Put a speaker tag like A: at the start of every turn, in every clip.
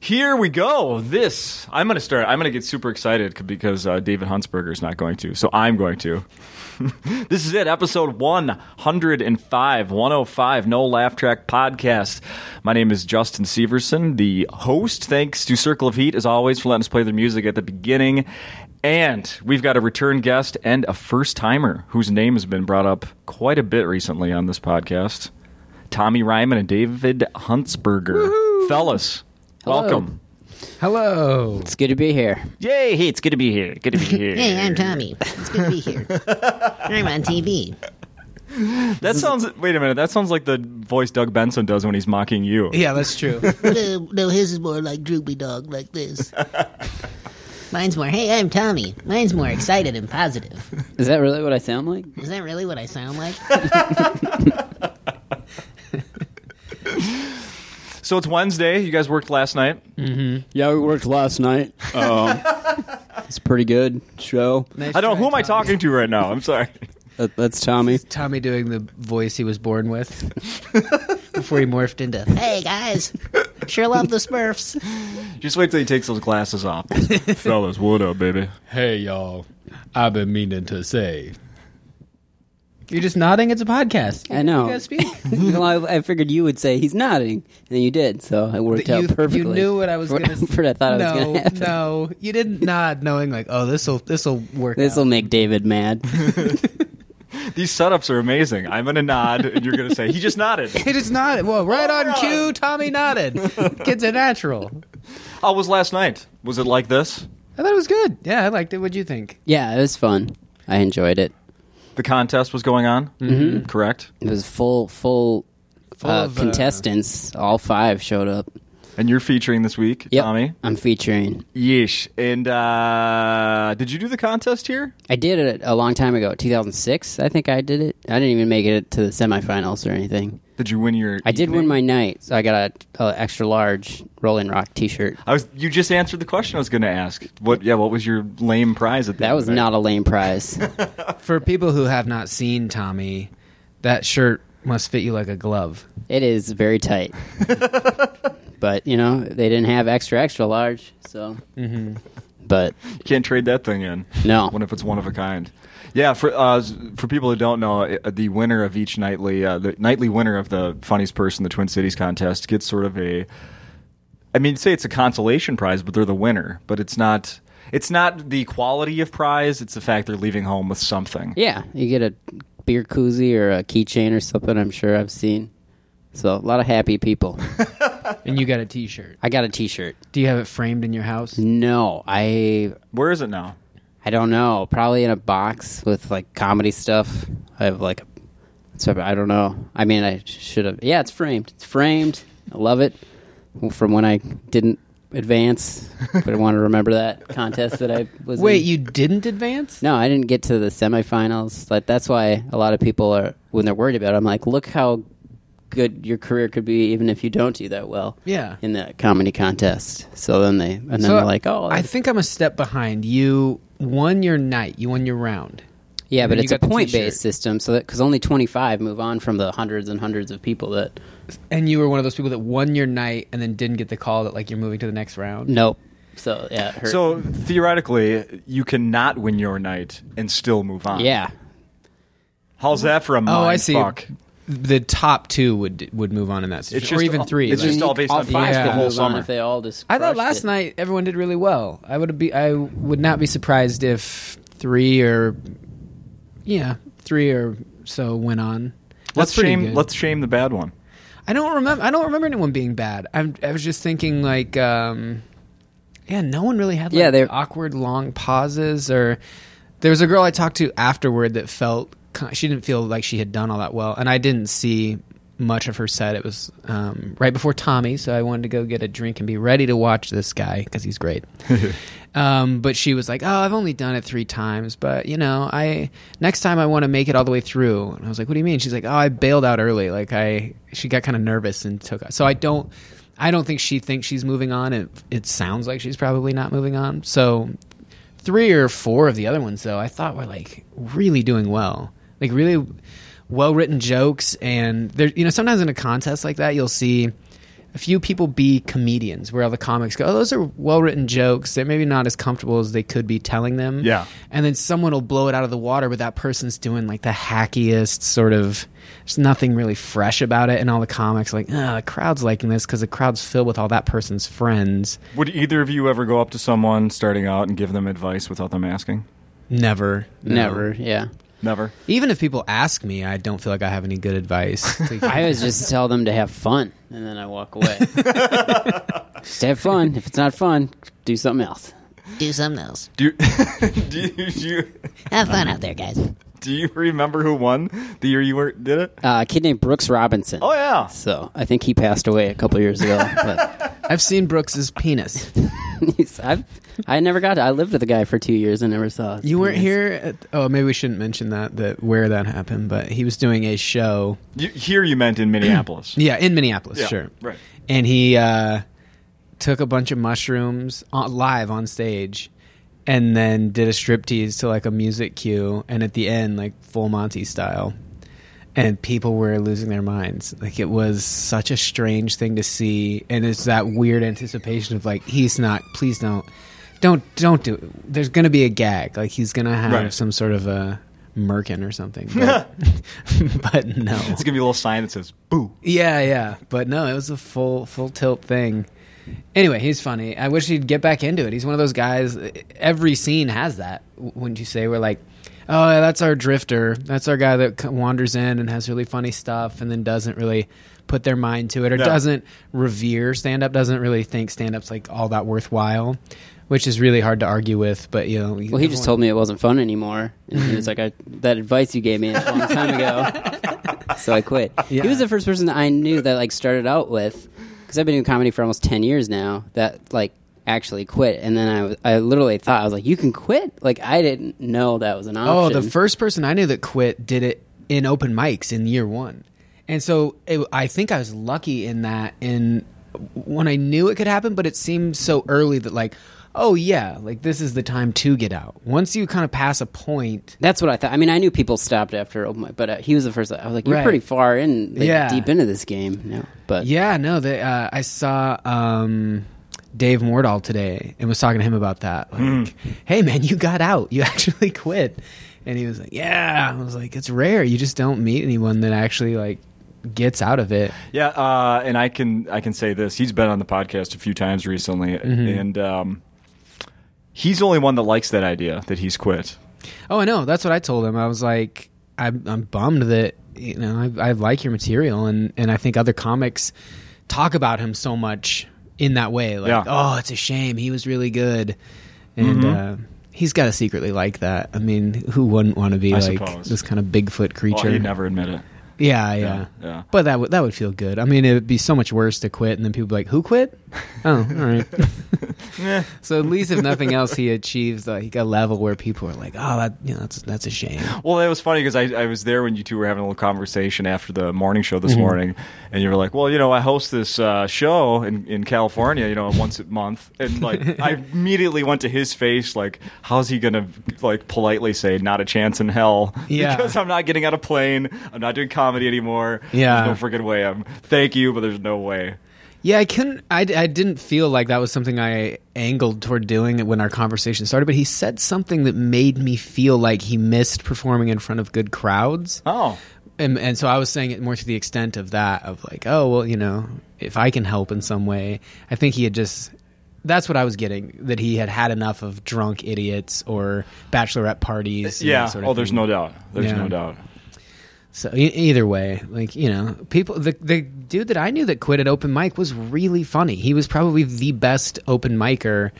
A: Here we go. This I'm gonna start. I'm gonna get super excited c- because uh, David Huntsberger is not going to, so I'm going to. this is it, episode 105, 105, No Laugh Track podcast. My name is Justin Severson, the host. Thanks to Circle of Heat, as always, for letting us play their music at the beginning. And we've got a return guest and a first timer whose name has been brought up quite a bit recently on this podcast. Tommy Ryman and David Huntsberger. Fellas,
B: Hello.
A: welcome.
C: Hello.
B: It's good to be here.
A: Yay, hey, it's good to be here. Good to be here.
D: Hey, I'm Tommy. It's good to be here. I'm on TV.
A: that sounds wait a minute, that sounds like the voice Doug Benson does when he's mocking you.
C: Yeah, that's true.
D: No, no, his is more like droopy dog, like this. Mine's more, hey, I'm Tommy. Mine's more excited and positive.
B: Is that really what I sound like?
D: Is that really what I sound like?
A: So it's Wednesday. You guys worked last night.
E: Yeah, we worked last night. Um, it's a pretty good show.
A: I don't know who am I talking to right now. I'm sorry.
E: That, that's Tommy.
C: Tommy doing the voice he was born with before he morphed into.
D: hey, guys. Sure love the Smurfs.
A: Just wait till he takes those glasses off. Fellas, what up, baby?
F: Hey y'all, I've been meaning to say.
C: You're just nodding. It's a podcast.
B: I know.
C: You gotta speak.
B: well, I, I figured you would say he's nodding, and you did, so it worked
C: You-
B: out perfectly.
C: You knew what I was
B: For-
C: going to.
B: for- I thought
C: no,
B: I was gonna happen.
C: no, you didn't nod, knowing like, oh, this will this will work.
B: This will
C: out.
B: make David mad.
A: These setups are amazing. I'm gonna nod, and you're gonna say he just nodded.
C: It is not. Well, right on
A: God.
C: cue. Tommy nodded. Kids are natural.
A: How was last night? Was it like this?
C: I thought it was good. Yeah, I liked it. What'd you think?
B: yeah, it was fun. I enjoyed it.
A: The contest was going on. Mm-hmm. Correct.
B: It was full, full,
C: Full
B: uh,
C: of, uh,
B: contestants. All five showed up.
A: And you're featuring this week,
B: Yep,
A: Tommy.
B: I'm featuring.
A: Yeesh. And uh, did you do the contest here?
B: I did it a long time ago, 2006. I think I did it. I didn't even make it to the semifinals or anything.
A: Did you win your?
B: I did win my night, so I got a, a extra large Rolling Rock T-shirt.
A: I was. You just answered the question I was going to ask. What? Yeah. What was your lame prize at the
B: That
A: end
B: was
A: of it?
B: not a lame prize.
C: For people who have not seen Tommy, that shirt must fit you like a glove.
B: It is very tight. but, you know, they didn't have extra, extra large, so. But,
A: Can't trade that thing in.
B: No.
A: One if it's one of a kind. Yeah, for uh, s- for people who don't know, i- the winner of each nightly, uh, the nightly winner of the funniest person, the Twin Cities contest, gets sort of a. I mean, say it's a consolation prize, but they're the winner. But it's not. It's not the quality of prize. It's the fact they're leaving home with something.
B: yeah, you get a beer koozie or a keychain or something, I'm sure I've seen. So, a lot of happy people.
C: And you got a T-shirt.
B: I got a t shirt.
C: Do you have it framed in your house?
B: No, I.
A: Where is it now?
B: I don't know. Probably in a box with like comedy stuff. I have like, so I don't know. I mean, I should have. Yeah, it's framed. It's framed. I love it. From when I didn't advance, but I want to remember that contest that I was. in.
C: Wait, you didn't advance?
B: No, I didn't get to the semifinals. Like that's why a lot of people are when they're worried about. it, I'm like, look how good your career could be, even if you don't do that well.
C: Yeah.
B: In the comedy contest, so then they and then
C: So,
B: they're like, oh,
C: I
B: that's-
C: think I'm a step behind. You won your night. You won your round.
B: Yeah, but
C: then
B: it's
C: you
B: a
C: got the
B: point
C: t-shirt.
B: based system, so that because only twenty five move on from the hundreds and hundreds of people that
C: And you were one of those people that won your night and then didn't get the call that like you're moving to the next round.
B: nope. So yeah, it hurt.
A: So theoretically, you cannot win your night and still move on.
B: yeah,
A: How's that for a mind
C: Oh, I see.
A: fuck?
C: The top two would would move on in that situation,
A: It's
C: or
A: just
C: even
A: all-
C: three.
A: it's
C: like-
A: just all based on five
C: Yeah.
A: the whole
B: move on
A: summer.
B: if they all just.
C: I thought
B: crushed
C: last
B: it.
C: night everyone did really well. I would be I would not be surprised if three or yeah three or so went on. That's
A: Let's
C: pretty
A: shame.
C: good.
A: Let's shame the bad one.
C: I don't remember. I don't remember anyone being bad. I'm, I was just thinking like, um, yeah, no one really had like
B: Yeah, they're-
C: awkward long pauses. Or there was a girl I talked to afterward that felt ki- she didn't feel like she had done all that well, and I didn't see much of her set. It was um, right before Tommy, so I wanted to go get a drink and be ready to watch this guy because he's great. um, but she was like, "Oh, I've only done it three times, but you know, I next time I want to make it all the way through." And I was like, "What do you mean?" She's like, "Oh, I bailed out early. Like I, she got kind of nervous and took." So I don't, I don't think she thinks she's moving on. It it sounds like she's probably not moving on. So three or four of the other ones though, I thought were like really doing well, like really well written jokes. And there, you know, sometimes in a contest like that, you'll see a few people be comedians, where all the comics go, oh, those are well written jokes. They're maybe not as comfortable as they could be telling them.
A: Yeah.
C: And then someone will blow it out of the water, but that person's doing like the hackiest sort of. There's nothing really fresh about it, and all the comics like, oh, the crowd's liking this because the crowd's filled with all that person's friends.
A: Would either of you ever go up to someone starting out and give them advice without them asking?
C: Never,
B: Never. Yeah.
A: Never.
C: Even if people ask me, I don't feel like I have any good advice. to give.
B: I always just tell them to have fun, and then I walk away. just have fun. If it's not fun, do something else.
D: Do something else.
A: Do you, do you, do you
D: Have fun
B: Um,
D: out there, guys.
A: do you remember who won the year you were did it?
B: Uh, a kid named Brooks Robinson.
A: Oh yeah.
B: So I think he passed away a couple years ago. But
C: I've seen Brooks's penis.
B: he's, I've, I never got. I lived with the guy for two years and never saw. his
C: You weren't
B: penis.
C: here. At, oh, maybe we shouldn't mention that that where that happened, but he was doing a show.
A: You, here you meant in Minneapolis.
C: Yeah, in Minneapolis,
A: Yeah,
C: sure.
A: right.
C: And he uh, took a bunch of mushrooms on, live on stage, and then did a striptease to like a music cue, and at the end, like full Monty style, and people were losing their minds. Like it was such a strange thing to see, and it's that weird anticipation of like he's not. Please don't, don't, don't do. It. There's gonna be a gag. Like he's gonna have
A: Right.
C: some sort of a merkin or something. But, but no,
A: It's gonna be a little sign that says "boo."
C: yeah, yeah, but no, it was a full full tilt thing. Anyway, he's funny. I wish he'd get back into it. He's one of those guys. Every scene has that, w- wouldn't you say? We're like, oh, yeah, that's our drifter. That's our guy that c- wanders in and has really funny stuff, and then doesn't really put their mind to it, or
A: No.
C: doesn't revere stand up. Doesn't really think stand up's like all that worthwhile, which is really hard to argue with. But you know,
B: Well, he just told me it wasn't fun anymore, and he was like, I, "That advice you gave me a long time ago." so I quit. He was the first person that I knew that like started out with, because I've been doing comedy for almost ten years now. That like actually quit, and then I was, I literally thought I was like, "You can quit." Like I didn't know that was an
C: Oh,
B: option.
C: the first person I knew that quit did it in open mics in year one, and so it, I think I was lucky in that. In when I knew it could happen, but it seemed so early that like, oh yeah, like this is the time to get out. Once you kind of pass a point,
B: That's what I thought. I mean, I knew people stopped after open mic, but uh, he was the first. I was like, "You're
C: Right.
B: pretty far in, like,
C: Yeah.
B: deep into this game." No, but
C: yeah, no, they, uh, I saw. Um, Dave Mordahl today and was talking to him about that. Like, hey man, you got out. You actually quit. And he was like, Yeah. I was like, it's rare. You just don't meet anyone that actually like gets out of it.
A: Yeah, uh, and I can I can say this. He's been on the podcast a few times recently, and um, he's the only one that likes that idea that he's quit.
C: Oh, I know. That's what I told him. I was like, I'm, I'm bummed that you know I, I like your material, and and I think other comics talk about him so much in that way. Like,
A: Yeah. Mm-hmm.
C: oh, it's a shame. He was really good, and uh, he's got to secretly like that. I mean, who wouldn't want to be
A: I
C: like
A: suppose.
C: this kind of Bigfoot
A: Well,
C: creature?
A: he'd never admit it.
C: yeah, yeah,
A: yeah.
C: But that would that would feel good. I mean, it would be so much worse to quit, and then people be like, "Who quit?" Oh, all right. so at least if nothing else, he achieves like a level where people are like, "Oh, that you know, that's that's a shame."
A: Well, that was funny because I, I was there when you two were having a little conversation after the morning show
C: Mm-hmm.
A: this morning, and you were like, "Well, you know, I host this uh, show in, in California, you know, once a month," and like I immediately went to his face, like, "How's he gonna like politely say not a chance in hell?"
C: Yeah.
A: because I'm not getting on a plane, I'm not doing comedy anymore.
C: Yeah.
A: there's no freaking way. I'm thank you, but there's no way.
C: Yeah, I couldn't. I, I didn't feel like that was something I angled toward doing when our conversation started. But he said something that made me feel like he missed performing in front of good crowds.
A: Oh,
C: and, and so I was saying it more to the extent of that of like, oh well, you know, if I can help in some way, I think he had just. That's what I was getting. That he had had enough of drunk idiots or bachelorette parties. and
A: yeah.
C: that sort of
A: oh, there's
C: thing.
A: no doubt. There's
C: Yeah.
A: no doubt.
C: So e- either way, like you know, people the the dude that I knew that quit at open mic was really funny. He was probably the best open micer.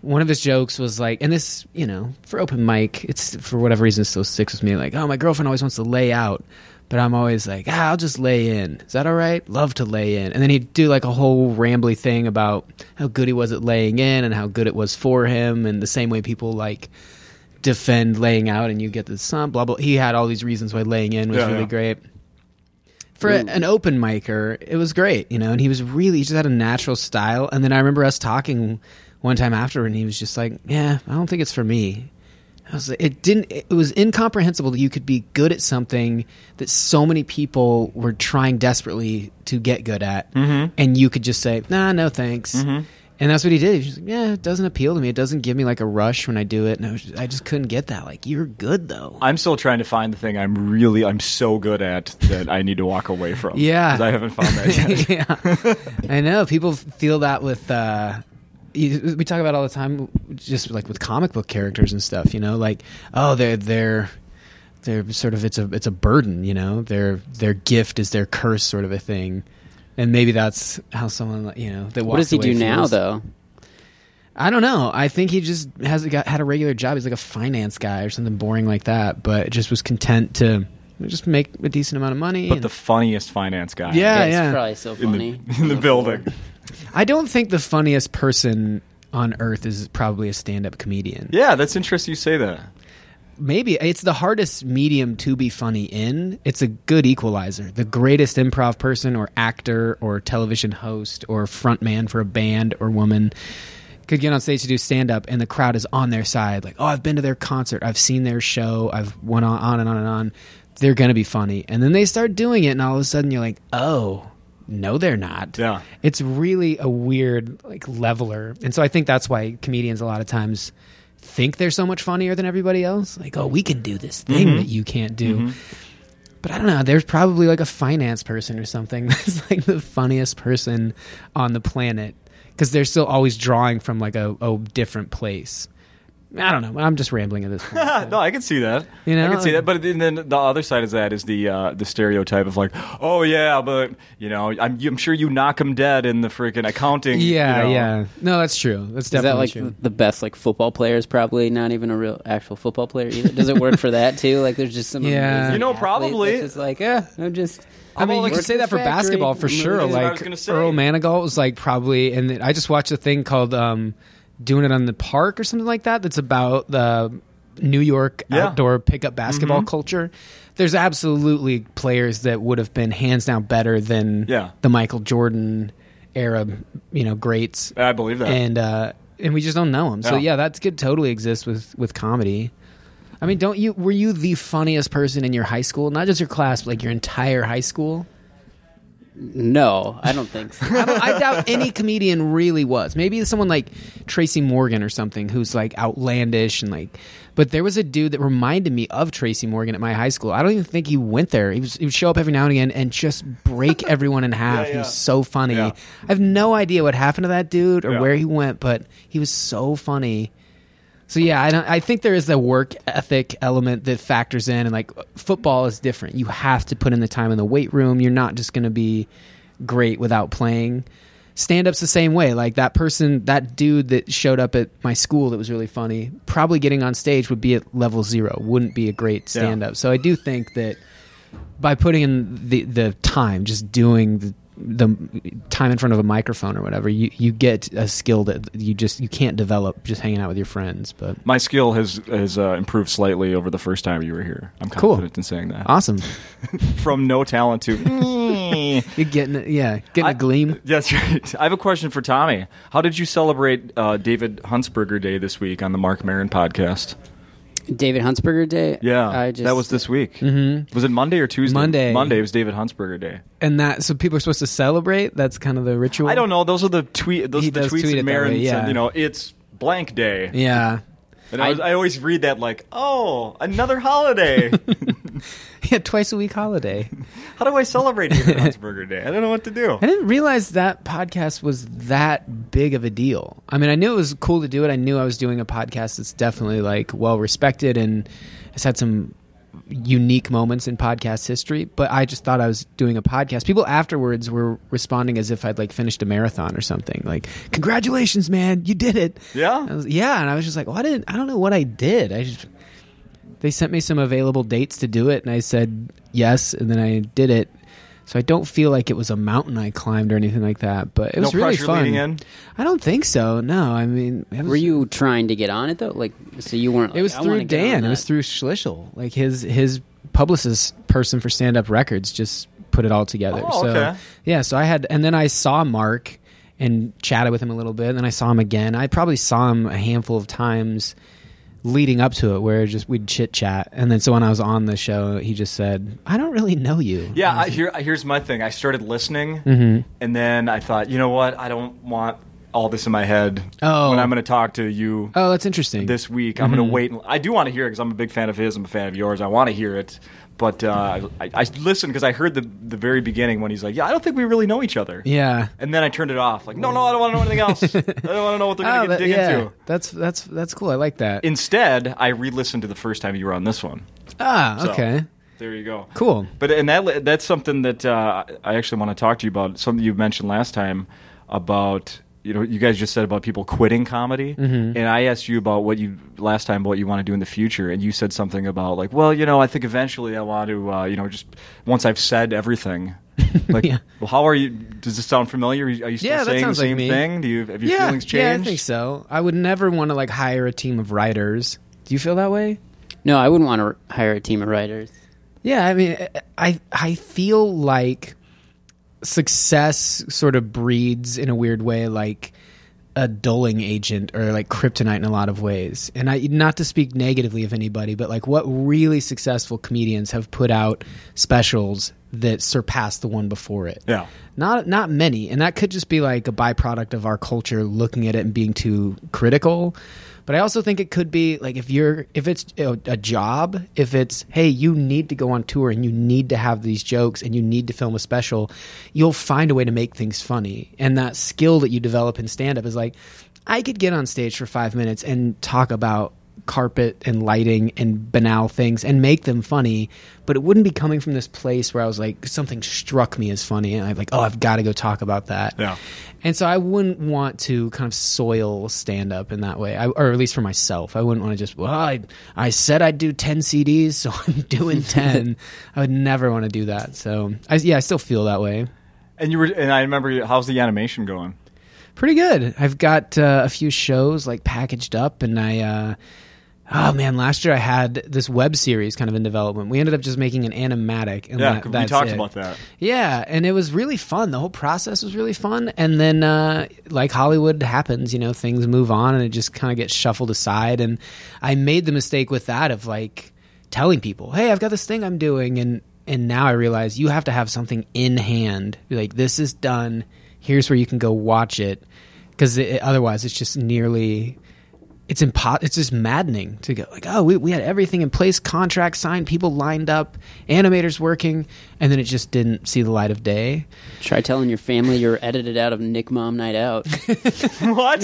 C: One of his jokes was like, and this you know, for open mic, it's for whatever reason it still sticks with me. Like, oh, my girlfriend always wants to lay out, but I'm always like, ah, I'll just lay in. Is that all right? Love to lay in. And then he'd do like a whole rambly thing about how good he was at laying in and how good it was for him, and the same way people like defend laying out and you get the sun blah blah he had all these reasons why laying in was
A: Yeah,
C: really
A: yeah.
C: great for a- an open micer it was great you know and he was really he just had a natural style and then i remember us talking one time after and he was just like yeah i don't think it's for me I was like, it didn't. It was incomprehensible that you could be good at something that so many people were trying desperately to get good at, and you could just say, "Nah, no thanks." And that's what he did. He was just like, "Yeah, it doesn't appeal to me. It doesn't give me like a rush when I do it." And I, was just, I just couldn't get that. Like, you're good though.
A: I'm still trying to find the thing I'm really, I'm so good at that I need to walk away from.
C: Yeah.
A: 'Cause I haven't found that yet.
C: yeah, I know. People feel that with uh, you, we talk about it all the time, just like with comic book characters and stuff. You know, like oh, they're they're they're sort of it's a it's a burden. You know, their their gift is their curse, sort of a thing. And maybe that's how someone like, you know that.
B: What does he do now, though?
C: I don't know. I think he just has got had a regular job. He's like a finance guy or something boring like that. But just was content to just make a decent amount of money.
A: But
C: and-
A: the funniest finance guy
C: yeah,
B: it's
C: yeah.
B: probably so
A: in,
B: funny.
A: The, in the building.
C: I don't think the funniest person on earth is probably a stand-up comedian.
A: Yeah, that's interesting you say that.
C: Maybe it's the hardest medium to be funny in. It's a good equalizer. The greatest improv person or actor or television host or frontman for a band or woman could get on stage to do stand up and the crowd is on their side like, "Oh, I've been to their concert. I've seen their show. I've went on, on and on and on. They're going to be funny." And then they start doing it and all of a sudden you're like, "Oh, no they're not."
A: Yeah.
C: it's really a weird like leveler and so i think that's why comedians a lot of times think they're so much funnier than everybody else like oh we can do this thing
B: Mm-hmm.
C: that you can't do but i don't know there's probably like a finance person or something that's like the funniest person on the planet because they're still always drawing from like a, a different place i don't know i'm just rambling at this point
A: no, I can see that.
C: You
A: I
C: know?
A: can see that. But then then the other side of that is the uh, the stereotype of like, oh yeah, but you know, I'm, I'm sure you knock them dead in the freaking accounting. you
C: yeah
A: know.
C: yeah no that's true that's
B: Is that
C: definitely
B: like
C: true
B: the best like football player is probably not even a real actual football player either? Does it work for that too? Like there's just some
C: Yeah.
B: amazing
C: You
A: know,
B: athlete
A: probably.
B: that's just like eh, I'm just
C: I mean,
A: Well,
C: you
A: like-
C: could say that for
B: Factory,
C: basketball for
B: movie.
C: sure.
A: Mm-hmm. That's what I
C: Like
A: was gonna say.
C: Earl Manigault was like probably, and I just watched a thing called um, "Doing It on the Park" or something like that. That's about the New York
A: Yeah. Mm-hmm.
C: outdoor pickup basketball culture. There's absolutely players that would have been hands down better than
A: Yeah.
C: the Michael Jordan era, you know, greats,
A: I believe that.
C: and uh, and we just don't know them. So
A: Yeah.
C: yeah, that could totally exist with with comedy. I mean, don't you? Were you the funniest person in your high school? Not just your class, but like your entire high school.
B: no, I don't think so.
C: I, don't- I doubt any comedian really was. Maybe someone like Tracy Morgan or something who's like outlandish and like. But there was a dude that reminded me of Tracy Morgan at my high school. I don't even think he went there. He was he would show up every now and again and just break everyone in half. He
A: yeah.
C: was so funny.
A: Yeah.
C: I have no idea what happened to that dude or
A: Yeah.
C: where he went, but he was so funny. So yeah, I don't. I think there is the work ethic element that factors in, and like football is different. You have to put in the time in the weight room. You're not just going to be great without playing. Stand up's the same way. Like that person, that dude that showed up at my school that was really funny, probably getting on stage would be at level zero. Wouldn't be a great stand up. So I do think that by putting in the the time, just doing the the time in front of a microphone or whatever, you you get a skill that you just you can't develop just hanging out with your friends. But
A: My skill has has uh, improved slightly over the first time you were here. I'm
C: Cool. Uh,
A: confident in saying that.
C: awesome,
A: From no talent to.
C: you're getting it- yeah, getting
A: I-
C: a gleam.
A: That's right. I have a question for Tommy. How did you celebrate uh, David Huntsberger Day this week on the Mark Marin podcast?
B: David Huntsberger Day.
A: Yeah,
B: I just
A: that was this week. Mm-hmm. Was it Monday or Tuesday?
C: Monday.
A: Monday was David Huntsberger Day.
C: And that so people are supposed to celebrate. That's kind of the ritual.
A: I don't know. Those are the tweet. Those
C: He
A: are the
C: does
A: tweets
C: tweet
A: that
C: it that
A: Marin
C: way, yeah.
A: said. You know, it's blank day.
C: Yeah,
A: And I, was, I always read that like, oh, another holiday.
C: yeah, twice a week holiday.
A: How do I celebrate David Huntsberger Day? I don't know what to do.
C: I didn't realize that podcast was that big of a deal. I mean, I knew it was cool to do it. I knew I was doing a podcast that's definitely like well respected and has had some unique moments in podcast history, but I just thought I was doing a podcast. People afterwards were responding as if I'd like finished a marathon or something. Like, "Congratulations, man. You did it."
A: Yeah?
C: I was- yeah, and I was just like, "Well, I didn't I don't know what I did. I just they sent me some available dates to do it and I said yes and then I did it. So I don't feel like it was a mountain I climbed or anything like that, but it
A: No
C: was really
A: pressure
C: fun.
A: leading in?
C: I don't think so. No, I mean, it was,
B: Were you trying to get on it though? Like so you weren't.
C: It was through Dan. It was through Schlissel. Like his his publicist person for Stand Up Records just put it all together.
A: Oh,
C: so
A: okay.
C: yeah, so I had and then I saw Mark and chatted with him a little bit, and then I saw him again. I probably saw him a handful of times leading up to it where just we'd chit chat, and then so when I was on the show, he just said, "I don't really know you."
A: Yeah, I, here, here's my thing. I started listening,
C: Mm-hmm.
A: and then I thought, you know what? I don't want all this in my head
C: Oh. Mm-hmm.
A: when I'm going to talk to you
C: Oh, that's interesting.
A: this week. I'm going to wait. and- I do want to hear it because I'm a big fan of his. I'm a fan of yours. I want to hear it. But uh, I, I listened because I heard the, the very beginning when he's like, yeah, I don't think we really know each other.
C: yeah.
A: And then I turned it off. Like, no, no, I don't want to know anything else. I don't want to know what they're going
C: Oh,
A: to
C: that-
A: dig
C: yeah.
A: into.
C: That's that's that's cool. I like that.
A: Instead, I re-listened to the first time you were on this one.
C: ah,
A: So,
C: okay,
A: There you go.
C: cool.
A: But and that that's something that uh, I actually want to talk to you about. Something you mentioned last time about you know you guys just said about people quitting comedy,
C: Mm-hmm.
A: and I asked you about what you last time what you want to do in the future, and you said something about like, well, you know, I think eventually I want to, uh, you know, just once I've said everything. Like,
C: Yeah.
A: well, how are you? Does this sound familiar? Are you still
C: Yeah, that
A: saying the
C: sounds like
A: same
C: me.
A: thing? Do you have your
C: yeah,
A: feelings changed?
C: yeah, I think so. I would never want to like hire a team of writers. Do you feel that way?
B: No, I wouldn't want to hire a team of writers.
C: Yeah, I mean, I I feel like success sort of breeds in a weird way, like a dulling agent or like kryptonite in a lot of ways. And I not to speak negatively of anybody, but like what really successful comedians have put out specials that surpass the one before it.
A: Yeah.
C: Not not many, and that could just be like a byproduct of our culture looking at it and being too critical. But I also think it could be like if you're if it's a, a job, if it's hey, you need to go on tour and you need to have these jokes and you need to film a special, you'll find a way to make things funny. And that skill that you develop in stand up is like I could get on stage for 5 minutes and talk about carpet and lighting and banal things and make them funny but it wouldn't be coming from this place where i was like something struck me as funny and i'm like oh i've got to go talk about that
A: Yeah.
C: and so i wouldn't want to kind of soil stand up in that way I, or at least for myself i wouldn't want to just well I, I said i'd do 10 cds so i'm doing 10 i would never want to do that so I, yeah i still feel that way
A: And you were, and I remember. How's the animation going?
C: pretty good. I've got uh, a few shows like packaged up, and I. Uh, Oh man! Last year I had this web series kind of in development. We ended up just making an animatic, and
A: Yeah,
C: that,
A: 'cause we
C: that's
A: talked
C: it.
A: about that.
C: Yeah, and it was really fun. The whole process was really fun. And then, uh, like Hollywood happens, you know, things move on and it just kind of gets shuffled aside. And I made the mistake with that of like telling people, "Hey, I've got this thing I'm doing," and and now I realize you have to have something in hand. Be like, "This is done. Here's where you can go watch it," because it, otherwise, it's just nearly it's impo- it's just maddening to go like oh we, we had everything in place contracts signed people lined up animators working and then it just didn't see the light of day
B: Try telling your family you're edited out of Nick Mom Night Out.
A: what?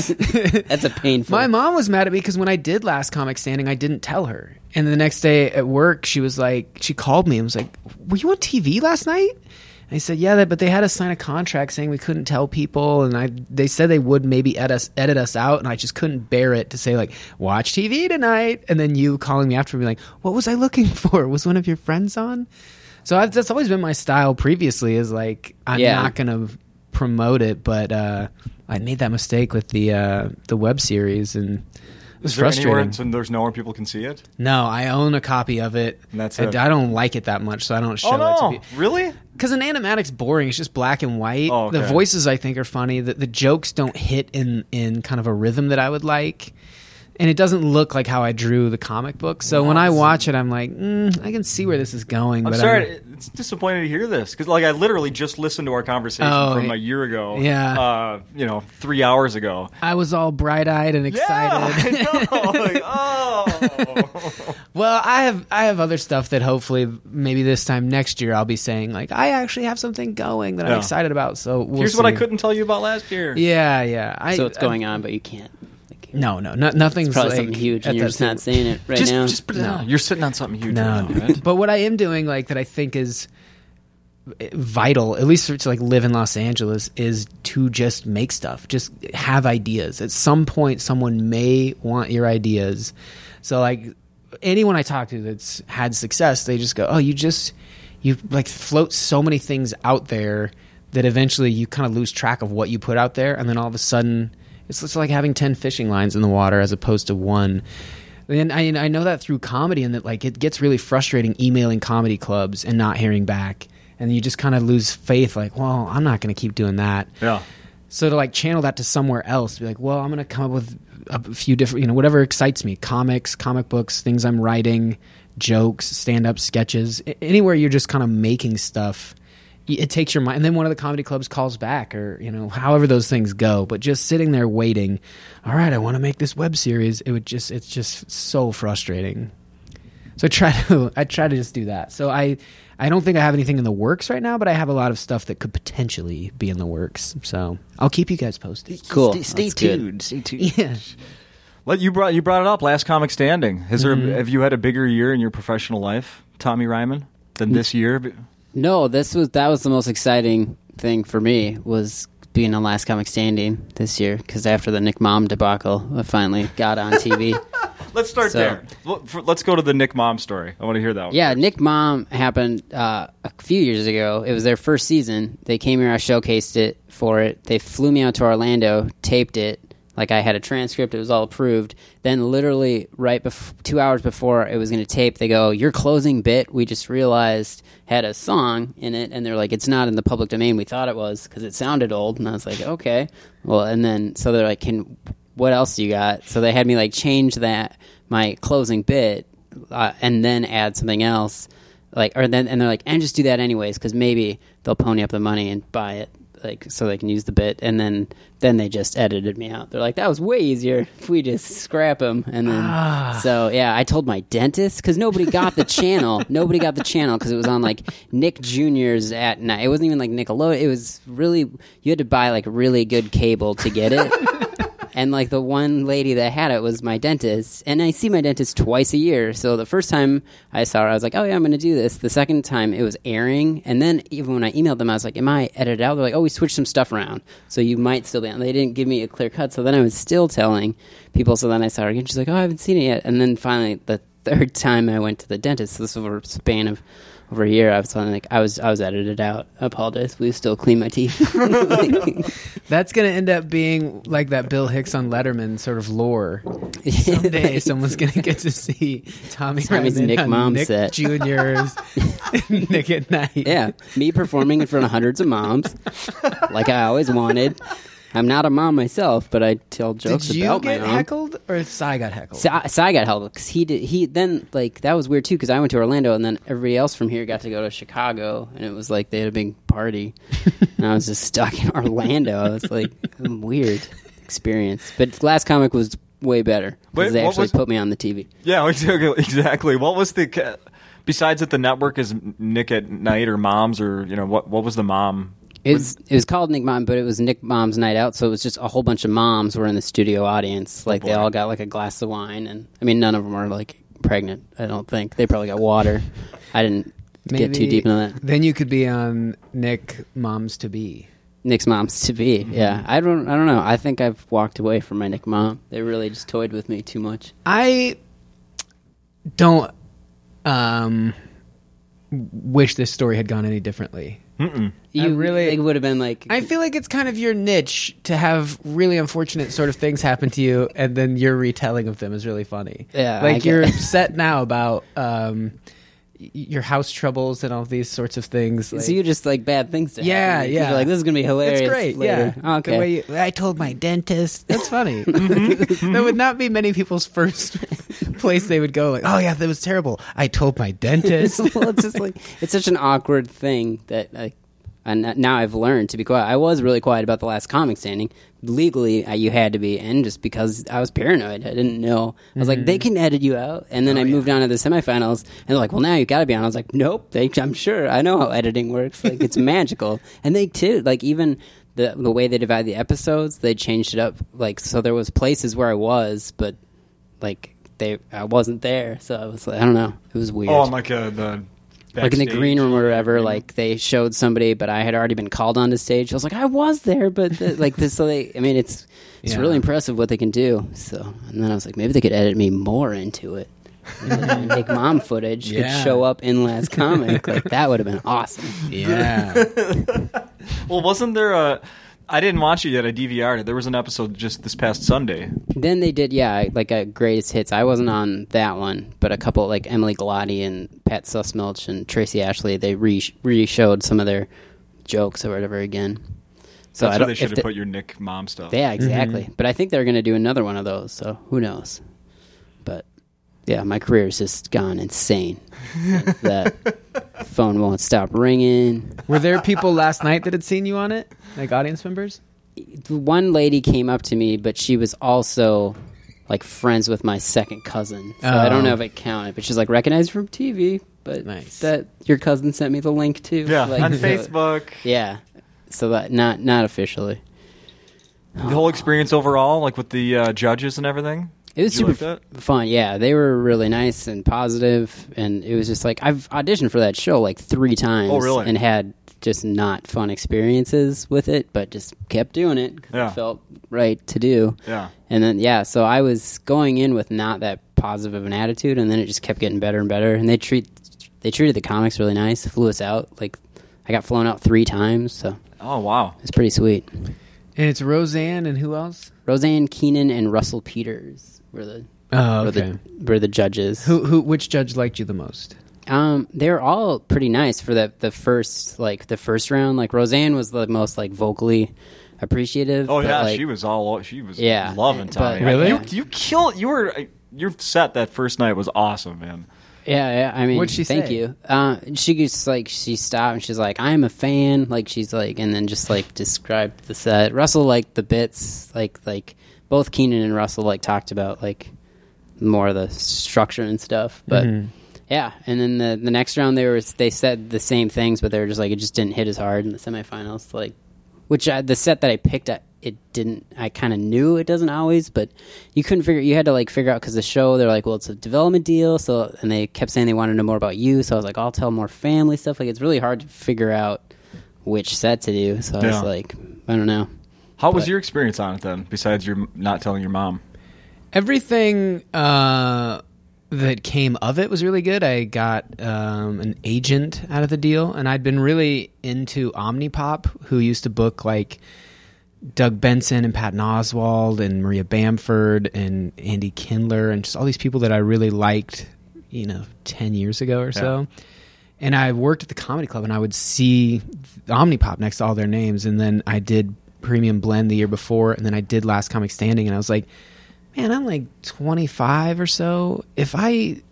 B: That's a painful.
C: my mom was mad at me because when i did last comic standing i didn't tell her and the next day at work she was like she called me and was like were you on tv last night And I said, yeah, that- but they had us sign a contract saying we couldn't tell people, and I they said they would maybe edit us, edit us out, and I just couldn't bear it to say like watch TV tonight, and then you calling me after me like what was I looking for? Was one of your friends on? So I've, that's always been my style previously is like I'm
B: Yeah.
C: not gonna promote it, but uh, I made that mistake with the uh, the web series and it was
A: Is there anywhere?
C: frustrating.
A: So there's nowhere people can see it.
C: no, I own a copy of it.
A: And that's
C: I,
A: it.
C: I don't like it that much, so I don't show
A: Oh
C: it to
A: no!
C: people
A: Really?
C: because an animatic's boring. It's just black and white.
A: Oh, okay.
C: The voices I think are funny. The, the jokes don't hit in in kind of a rhythm that I would like, and it doesn't look like how I drew the comic book. So when I watch it, I'm like, mm, I can see where this is going.
A: I'm
C: but
A: sorry. It's disappointing to hear this because, like, I literally just listened to our conversation
C: Oh,
A: from
C: y-
A: a year ago.
C: yeah.
A: Uh, you know, three hours ago.
C: I was all bright eyed and excited.
A: Yeah. I know. Like, oh.
C: well, I have I have other stuff that hopefully maybe this time next year I'll be saying like I actually have something going that
A: Yeah.
C: I'm excited about. So we'll
A: Here's what I
C: see.
A: couldn't tell you about last year.
C: Yeah, yeah. I,
B: so it's
C: I-
B: going on, but you can't. Like,
C: no, no, no nothing's
B: probably
C: like
B: something huge,
C: at
B: and you're
C: that
B: just not
C: stage.
B: saying it right
A: Just,
B: now.
A: just put it down. You're sitting on something huge.
C: No,
A: right now, right?
C: but what I am doing, like that, I think is vital, at least for, to like live in Los Angeles, is to just make stuff, just have ideas. At some point, someone may want your ideas. So, like anyone I talk to that's had success, they just go, "Oh, you just you like float so many things out there that eventually you kind of lose track of what you put out there, and then all of a sudden." It's, it's like having 10 fishing lines in the water as opposed to one. And I, and I know that through comedy, and that like it gets really frustrating emailing comedy clubs and not hearing back, and you just kind of lose faith. Like, well, I'm not going to keep doing that.
A: Yeah.
C: So to like channel that to somewhere else, be like, well, I'm going to come up with a few different, you know, whatever excites me comics, comic books, things I'm writing, jokes, stand up sketches, a- anywhere you're just kind of making stuff. y- It takes your mind, and then one of the comedy clubs calls back, or you know, however those things go. But just sitting there waiting, all right, I want to make this web series. It would just, it's just so frustrating. So I try to I try to just do that. So I I don't think I have anything in the works right now, but I have a lot of stuff that could potentially be in the works. So I'll keep you guys posted.
B: Cool.
G: Stay, stay
B: That's good.
G: tuned. Stay tuned.
C: Yeah.
A: Let you brought you brought it up. Last comic standing. Has there have you had a bigger year in your professional life, Tommy Ryman, than this year?
B: No, this was that was the most exciting thing for me was being on Last Comic Standing this year because after the Nick Mom debacle, I finally got on TV.
A: Let's start
B: So-
A: there. Well, for- Let's go to the Nick Mom story. I want to hear that. one.
B: Yeah, Nick Mom happened uh, a few years ago. It was their first season. They came here. I showcased it for it. They flew me out to Orlando, taped it. Like I had a transcript. It was all approved. Then literally right bef- two hours before it was going to tape, they go, "Your closing bit." We just realized had a song in it, and they're like, "It's not in the public domain." We thought it was because it sounded old, and I was like, "Okay." Well, and then so they're like, "Can what else you got?" So they had me like change that my closing bit uh, and then add something else like or then and they're like and just do that anyways because maybe they'll pony up the money and buy it like so they can use the bit and then then they just edited me out they're like that was way easier if we just scrap them and then so yeah i told my dentist because nobody got the channel nobody got the channel because it was on like nick junior's at night it wasn't even like nickelodeon it was really you had to buy like really good cable to get it and like the one lady that had it was my dentist and i see my dentist twice a year so the first time i saw her i was like oh yeah i'm gonna do this the second time it was airing and then even when i emailed them i was like am i edited out they're like oh we switched some stuff around so you might still be on they didn't give me a clear cut so then i was still telling people so then i saw her again she's like oh i haven't seen it yet and then finally the third time i went to the dentist so this was over a span of over a year, I was like, I was, I was edited out. I apologize. We still clean my teeth.
C: That's gonna end up being like that Bill Hicks on Letterman sort of lore. Someday someone's gonna get to see Tommy
B: Tommy's
C: Ryman
B: Nick
C: on
B: Mom
C: Nick
B: set.
C: Junior's Nick at Night.
B: Yeah, me performing in front of hundreds of moms, like I always wanted. I'm not a mom myself, but I tell jokes
C: Did you
B: about
C: get
B: my mom.
C: heckled or Cy got heckled?
B: So I, so I got held because he did. He then like that was weird too because I went to Orlando and then everybody else from here got to go to Chicago and it was like they had a big party and I was just stuck in Orlando. It was like a weird experience, but last comic was way better
A: Wait,
B: because they
A: what
B: actually
A: was-
B: put me on the TV.
A: Yeah, exactly. exactly. What was the ca- besides that the network is Nick at Night or Moms or you know what what was the mom?
B: It was, it was called Nick Mom, but it was Nick Mom's night out, so it was just a whole bunch of moms were in the studio
C: Oh,
B: audience. Like they all got like a glass of wine, and I mean none of them were like pregnant. I don't think they probably got water. I didn't get too
C: Maybe
B: deep into that.
C: Then you could be on Nick Mom's to be.
B: Nick's moms to be,
C: Mm-hmm.
B: yeah. I don't, I don't know. I think I've walked away from my Nick Mom. They really just toyed with me too much.
C: I don't um, wish this story had gone any differently.
B: You
C: really-
B: it would have been like
C: I feel like it's kind of your niche to have really unfortunate sort of things happen to you, and then your retelling of them is really funny.
B: Yeah, I
C: like
B: get-
C: you're upset now about um, y- your house troubles and all these sorts of things.
B: so
C: like-
B: you just like bad things. To
C: Yeah,
B: happen.
C: yeah.
B: You're like this is gonna be hilarious.
C: It's great.
B: later. Oh,
C: Yeah.
B: okay.
C: The Oh, way you- I told my dentist. That's funny. that would not be many people's first place they would go. Like, oh yeah, that was terrible. I told my dentist.
B: well, it's just like it's such an awkward thing that like, and now I've learned to be quiet. I was really quiet about the last comic standing. Legally, I, you had to be, and just because I was paranoid, I didn't know. I was like, they can edit you out, and then I moved on to the semifinals, and they're like, well, now you got to be on. I was like, nope. They, I'm sure I know how editing works. Like it's magical, and they too. Like even. The, the way they divide the episodes, they changed it up. Like so, there was places where I was, but like they, I wasn't there. So I was like, I don't know. It was weird
A: Oh, like a the
B: like in the green room or whatever like they showed somebody but i had already been called onto stage i was like i was there but the, like this so they i mean it's it's
C: Yeah.
B: really impressive what they can do so and then i was like maybe they could edit me more into it Nick mom footage could
F: Yeah.
B: show up in last comic like that would have been awesome
F: Yeah.
A: Well, wasn't there a? I didn't watch it yet. I DVR'd it. There was an episode just this past Sunday.
B: then they did yeah I- like a greatest hits i wasn't on that one but a couple like emily Galati and pat sussmilch and tracy ashley they re re-showed some of their jokes or whatever again So I
A: That's
B: don't,
A: where they
B: if
A: should have
B: the-
A: put your Nick mom stuff.
B: Yeah, exactly. But I think they're going to do another one of those, so who knows? But yeah, my career has just gone insane. since that phone won't stop ringing.
C: Were there people last night that had seen you on it, like audience members?
B: One lady came up to me, but she was also like friends with my second cousin. So I don't know if it counted, but she's like recognized from TV. But
C: Nice.
B: that your cousin sent me the link too.
A: Yeah,
B: Like,
A: on
B: so-
A: Facebook.
B: Yeah, so that not not officially.
A: The whole experience overall, like with the uh, judges and everything.
B: It was
A: Did you
B: super
A: like
B: f- fun. Yeah, they were really nice and positive, and it was just like I've auditioned for that show like three times.
A: Oh, really?
B: And had just not fun experiences with it, but just kept doing it. 'cause
A: Yeah.
B: It felt right to do.
A: Yeah.
B: And then yeah, so I was going in with not that positive of an attitude, and then it just kept getting better and better. And they treat they treated the comics really nice. Flew us out like I got flown out three times, so
A: Oh wow,
B: it's pretty sweet.
C: And it's Roseanne and who else?
B: Roseanne Keenan and Russell Peters were the
C: Oh,
B: were the were the judges.
C: who who? Which judge liked you the most?
B: Um, they're all pretty nice for the the first like the first round. Like Roseanne was the most like vocally appreciative.
A: Oh
B: but,
A: yeah,
B: like,
A: she was all she was
B: Yeah,
A: loving
B: but-
A: Tommy.
B: Really?
A: You you killed you were your set that first night was awesome, man.
B: Yeah, yeah. I mean,
C: What'd she
B: thank
C: say?
B: you. Uh, she just like she stopped and she's like, "I'm a fan." Like she's like, and then just like described the set. Russell liked the bits. Like like both Keenan and Russell like talked about like more of the structure and stuff. But
C: Mm-hmm.
B: yeah, and then the the next round they were they said the same things, but they were just like it just didn't hit as hard in the semifinals. Like which I, the set that I picked, I, it didn't. I kind of knew it doesn't always, but you couldn't figure. You had to like figure out because the show they're like, well, it's a development deal, so and they kept saying they wanted to know more about you. So I was like, I'll tell more family stuff. Like it's really hard to figure out which set to do. So I
A: Yeah.
B: was like, I don't know.
A: How was
B: But-
A: your experience on it then? Besides your m- not telling your mom.
C: Everything uh, that came of it was really good. I got um, an agent out of the deal, and I'd been really into Omnipop, who used to book like Doug Benson and Patton Oswald and Maria Bamford and Andy Kindler and just all these people that I really liked, you know, 10 years ago or so. And I worked at the comedy club and I would see Omnipop next to all their names. And then I did Premium Blend the year before. And then I did Last Comic Standing. And I was like, man, I'm like 25 or so. If I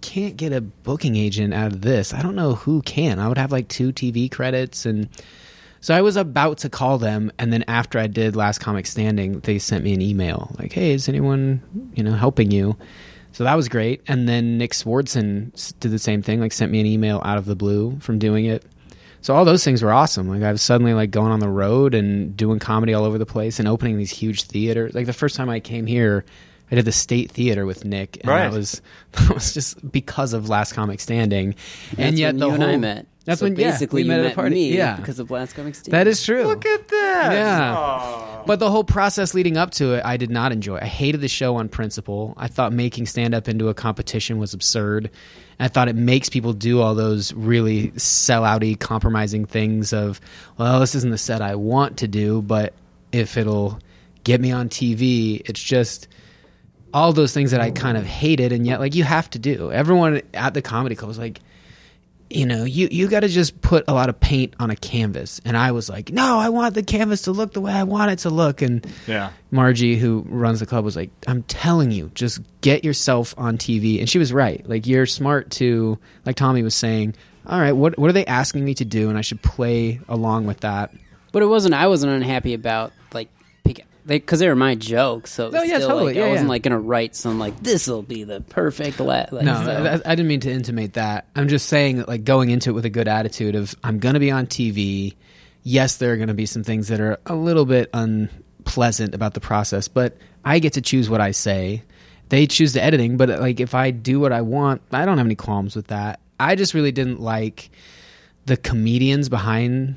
C: can't get a booking agent out of this, I don't know who can. I would have like two TV credits and. So I was about to call them, and then after I did Last Comic Standing, they sent me an email like, "Hey, is anyone you know helping you?" So that was great. And then Nick Swardson s- did the same thing, like sent me an email out of the blue from doing it. So all those things were awesome. Like I was suddenly like going on the road and doing comedy all over the place and opening these huge theaters. Like the first time I came here, I did the State Theater with Nick, and
A: Right.
C: that was that was just because of Last Comic Standing. and
B: That's
C: yet
B: when
C: the
B: you
C: whole,
B: and I met.
C: That's
B: So
C: when yeah, we
B: basically you
C: met,
B: met,
C: at a party.
B: me
C: yeah,
B: because of last comic Standing.
C: that is true.
A: Look at that.
C: Yeah. But the whole process leading up to it, I did not enjoy. I hated the show on principle. I thought making stand up into a competition was absurd. And I thought it makes people do all those really sellouty, compromising things of, well, this isn't the set I want to do, but if it'll get me on TV, it's just all those things that I kind of hated. And yet, like, you have to do. Everyone at the comedy club was like, you know, you you got to just put a lot of paint on a canvas. And I was like, no, I want the canvas to look the way I want it to look. And
A: Yeah.
C: Margie, who runs the club, was like, I'm telling you, just get yourself on TV. And she was right. Like you're smart to, like Tommy was saying. All right, what what are they asking me to do? And I should play along with that.
B: But it wasn't. I wasn't unhappy about like because they, 'cause they were my jokes. So it was
C: Oh, yeah,
B: still,
C: totally.
B: Like,
C: Yeah,
B: I
C: yeah.
B: wasn't like gonna write some like this will be the perfect. La-, like,
C: No,
B: so-
C: I, I didn't mean to intimate that. I'm just saying that, like, going into it with a good attitude of, I'm going to be on TV. Yes, there are going to be some things that are a little bit unpleasant about the process, but I get to choose what I say. They choose the editing, but, like, if I do what I want, I don't have any qualms with that. I just really didn't like the comedians behind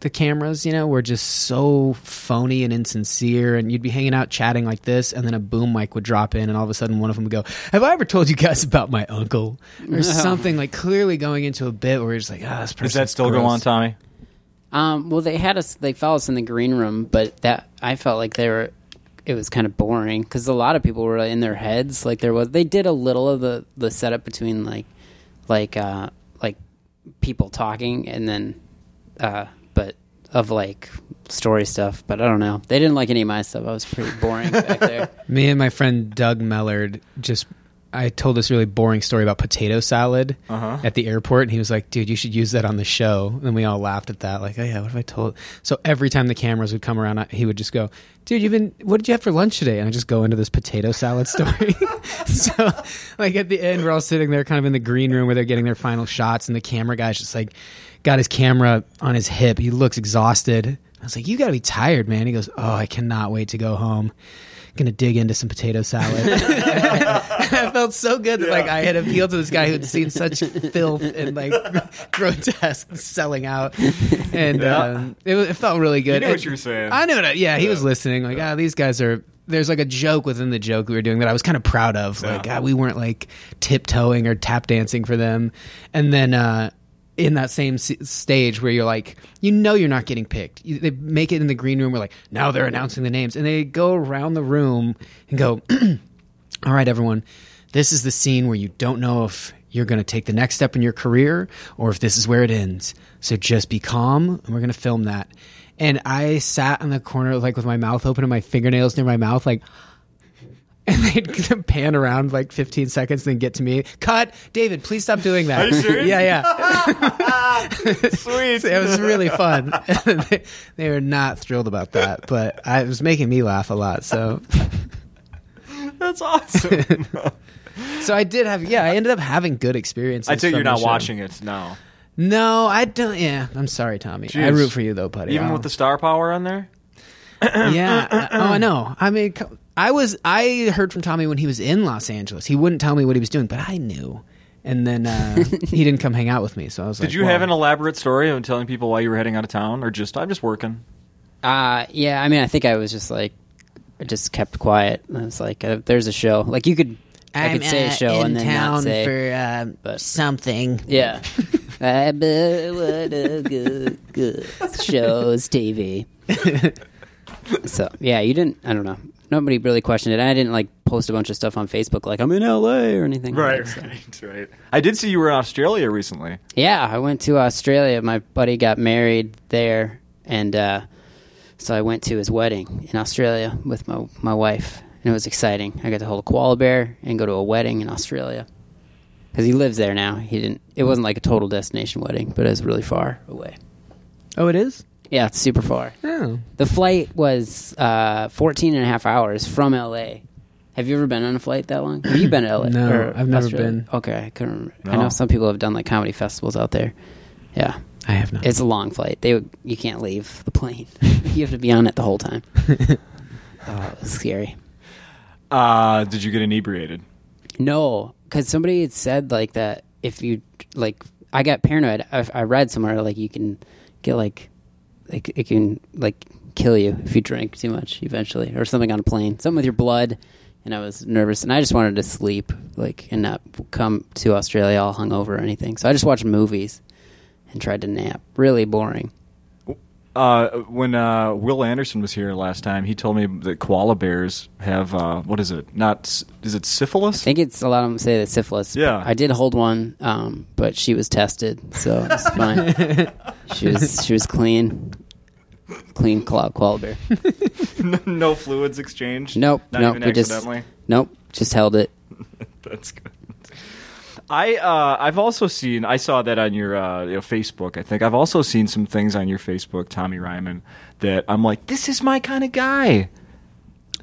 C: the cameras, you know, were just so phony and insincere. And you'd be hanging out chatting like this, and then a boom mic would drop in, and all of a sudden one of them would go, Have I ever told you guys about my uncle? Or something like clearly going into a bit where you're just like, Ah, this person.
A: Does that still go on, Tommy?
B: Um, well, they had us. They followed us in the green room, but that I felt like they were. It was kind of boring because a lot of people were in their heads. Like there was, they did a little of the the setup between like, like, uh, like people talking and then, uh, but of like story stuff, but I don't know. They didn't like any of my stuff. I was pretty boring back there.
C: Me and my friend Doug Mellard just I told this really boring story about potato salad at the airport, and he was like, "Dude, you should use that on the show." And we all laughed at that, like, "Oh yeah, what have I told?" So every time the cameras would come around, I, he would just go, "Dude, you've been what did you have for lunch today?" And I just go into this potato salad story. so, like at the end, we're all sitting there, kind of in the green room where they're getting their final shots, and the camera guy's just like, got his camera on his hip. He looks exhausted. I was like, "You got to be tired, man." He goes, "Oh, I cannot wait to go home." gonna dig into some potato salad. I felt so good that like I had appealed to this guy who'd seen such filth and like grotesque selling out, and um, it, wa- it felt really good.
A: knew what
C: And
A: you were saying.
C: I knew it. Yeah, he was listening. Like, ah, these guys are. There's like a joke within the joke we were doing that I was kind of proud of. Like, ah, we weren't like tiptoeing or tap dancing for them, and then. uh in that same s- stage where you're like, you know, you're not getting picked. You, they make it in the green room. We're like, now they're announcing the names, and they go around the room and go, all right, everyone, this is the scene where you don't know if you're going to take the next step in your career or if this is where it ends. So just be calm, and we're going to film that. And I sat in the corner, like with my mouth open and my fingernails near my mouth, like, and they'd pan around like 15 seconds, and then get to me. Cut, David, please stop doing that.
A: Are you serious?
C: yeah, yeah.
A: Ah, Sweet.
C: It was really fun. they, they were not thrilled about that, but I, it was making me laugh a lot. So
A: That's awesome.
C: So I did have, yeah, I ended up having good experiences.
A: I tell you,
C: from
A: you're
C: the
A: not
C: show.
A: watching it now.
C: No, I don't. Yeah, I'm sorry, Tommy. I
A: Jeez.
C: root for you though, buddy.
A: Even
C: I'll-
A: with the star power on there.
C: yeah. I- oh, I know. I mean, co- I was. I heard from Tommy when he was in Los Angeles. He wouldn't tell me what he was doing, but I knew. And then uh, he didn't come hang out with me, so I was like,
A: Did you
C: well,
A: have an elaborate story of telling people why you were heading out of town, or just I'm just working?
B: Uh, yeah, I mean, I think I was just like, I just kept quiet. I was like, uh, there's a show. Like, you could, i
D: I'm,
B: could say a
D: uh,
B: show
D: in
B: and then
D: town
B: not say.
D: for
C: uh,
D: um,
B: but-
D: something.
B: yeah. I bet what a good, good show's TV. so, yeah, you didn't, I don't know. Nobody really questioned it. I didn't like post a bunch of stuff on Facebook, like, I'm in LA or anything. like that, so.
A: right, right. I did see you were in Australia recently.
B: Yeah, I went to Australia. My buddy got married there, and uh, so I went to his wedding in Australia with my my wife, and it was exciting. I got to hold a koala bear and go to a wedding in Australia because he lives there now. He didn't. It wasn't like a total destination wedding, but it was really far away.
C: Oh, it is.
B: Yeah, it's super far.
C: Oh,
B: The flight was uh, 14 and a half hours from LA. Have you ever been on a flight that long? Have you been to LA?
C: No,
B: or
C: I've never
B: Australia?
C: been.
B: Okay, I couldn't remember. I
A: No.
B: know some people have done like comedy festivals out there. Yeah.
C: I have not.
B: It's a long flight. They you can't leave the plane. you have to be on it the whole time. oh, it was scary.
A: Uh, did you get inebriated?
B: No, because somebody had said like that if you like, I got paranoid. I, I read somewhere like you can get like, like it can like kill you if you drink too much eventually, or something on a plane, something with your blood. And I was nervous, and I just wanted to sleep, like, and not come to Australia all hungover or anything. So I just watched movies and tried to nap. Really boring.
A: Uh, when uh, Will Anderson was here last time, he told me that koala bears have uh, what is it? Not s- is it syphilis?
B: I think it's a lot of them say that syphilis. but
A: Yeah.
B: I did hold one, um, but she was tested, so it's fine. she was she was clean, clean cloud koala bear.
A: no fluids exchanged.
B: Nope,
A: Not
B: nope.
A: even
B: we just
A: accidentally.
B: nope, just held it.
A: That's good. I uh, I've also seen I saw that on your uh, you know, Facebook. I think I've also seen some things on your Facebook, Tommy Ryman, that I'm like, this is my kind of guy.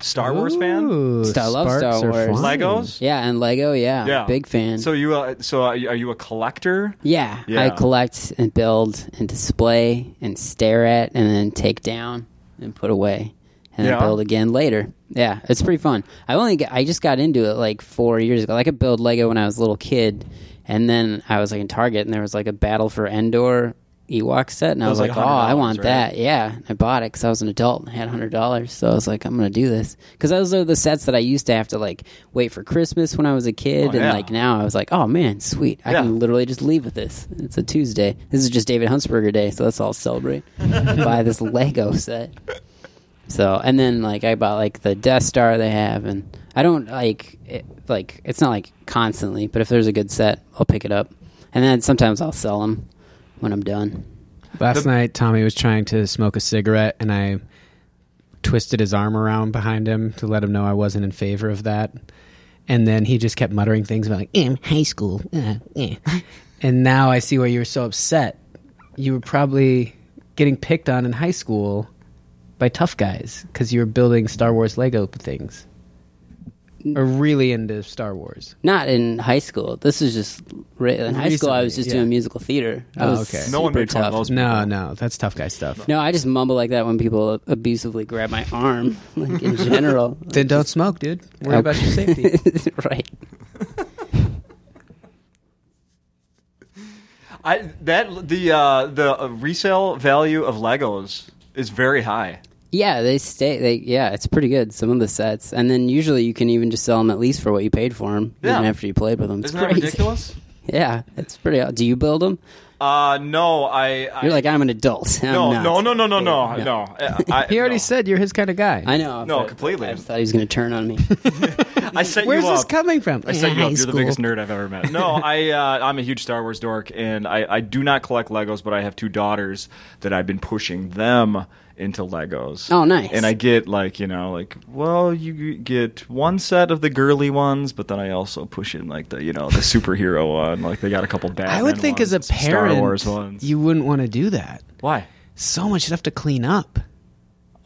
A: Star Wars fan,
C: Ooh,
B: Star- I love
C: sparks
B: Star
C: are
B: Wars.
C: flying.
A: Legos.
B: Yeah, and Lego. Yeah, big fan.
A: So you uh, so are you are you a collector?
B: yeah, I
A: Yeah.
B: collect and build and display and stare at and then take down and put away and then
A: Yeah.
B: build again later. Yeah, it's pretty fun. I only got, I just got into it like four years ago. Like I could build Lego when I was a little kid, and then I was like in Target and there was like a Battle for Endor Ewok set, and I was,
A: was, like,
B: like, oh, I
A: $100,
B: want
A: right?
B: that. Yeah, I bought it because I was an adult and had hundred dollars, so I was like, I'm gonna do this because those are the sets that I used to have to like wait for Christmas when I was a kid,
A: Oh,
B: and
A: yeah.
B: like now I was like, oh man, sweet, I
A: Yeah.
B: can literally just leave with this. It's a Tuesday. This is just David Huntsberger Day, so let's all celebrate. Buy this Lego set. So and then like I bought like the Death Star they have, and I don't like it, like it's not like constantly, but if there's a good set, I'll pick it up, and then sometimes I'll sell them when I'm done.
C: Last night, Tommy was trying to smoke a cigarette, and I twisted his arm around behind him to let him know I wasn't in favor of that. And then he just kept muttering things about like in high school. Uh, eh." and now I see why you were so upset. You were probably getting picked on in high school by tough guys because you were building Star Wars Lego things. Or really into Star Wars.
B: Not in high school. This is just re- in high school. I was
C: Recently,
B: just
C: yeah.
B: doing musical theater. I
C: Oh,
B: was
C: okay.
A: No one
B: super
A: made fun of
B: tough.
A: those
C: No, no, that's tough guy stuff.
B: No, I just mumble like that when people abusively grab my arm, like in general.
C: Then don't smoke, dude. Worry about your safety.
B: right.
A: I that the uh, the uh, resale value of Legos is very high.
B: Yeah, they stay. They yeah, it's pretty good. Some of the sets, and then usually you can even just sell them at least for what you paid for them,
A: Yeah.
B: even after you played with them. It's
A: Isn't
B: crazy.
A: that ridiculous?
B: Yeah, it's pretty. Do you build them?
A: Uh, no, I. I
B: You're like I'm an adult. I'm
A: no,
B: not.
A: no, no, no, no, no,
B: Yeah.
A: no. I, I-
C: He already
A: no.
C: said you're his kind of guy.
B: I know.
A: No,
B: but
A: completely.
B: I just thought he was going to turn on me.
A: I set
C: Where's
A: you
C: this
A: up.
C: coming from?
A: I set you
D: High
A: up. You're the
D: school.
A: biggest nerd I've ever met. No, I uh, I'm a huge Star Wars dork, and I, I do not collect Legos, but I have two daughters that I've been pushing them into Legos.
B: Oh, nice.
A: And I get like you know like well you get one set of the girly ones, but then I also push in like the you know the superhero one. Like they got a couple Batman.
C: I would think
A: ones,
C: as a
A: some
C: parent,
A: Star Wars ones.
C: you wouldn't want to do that.
A: why?
C: So much stuff to clean up.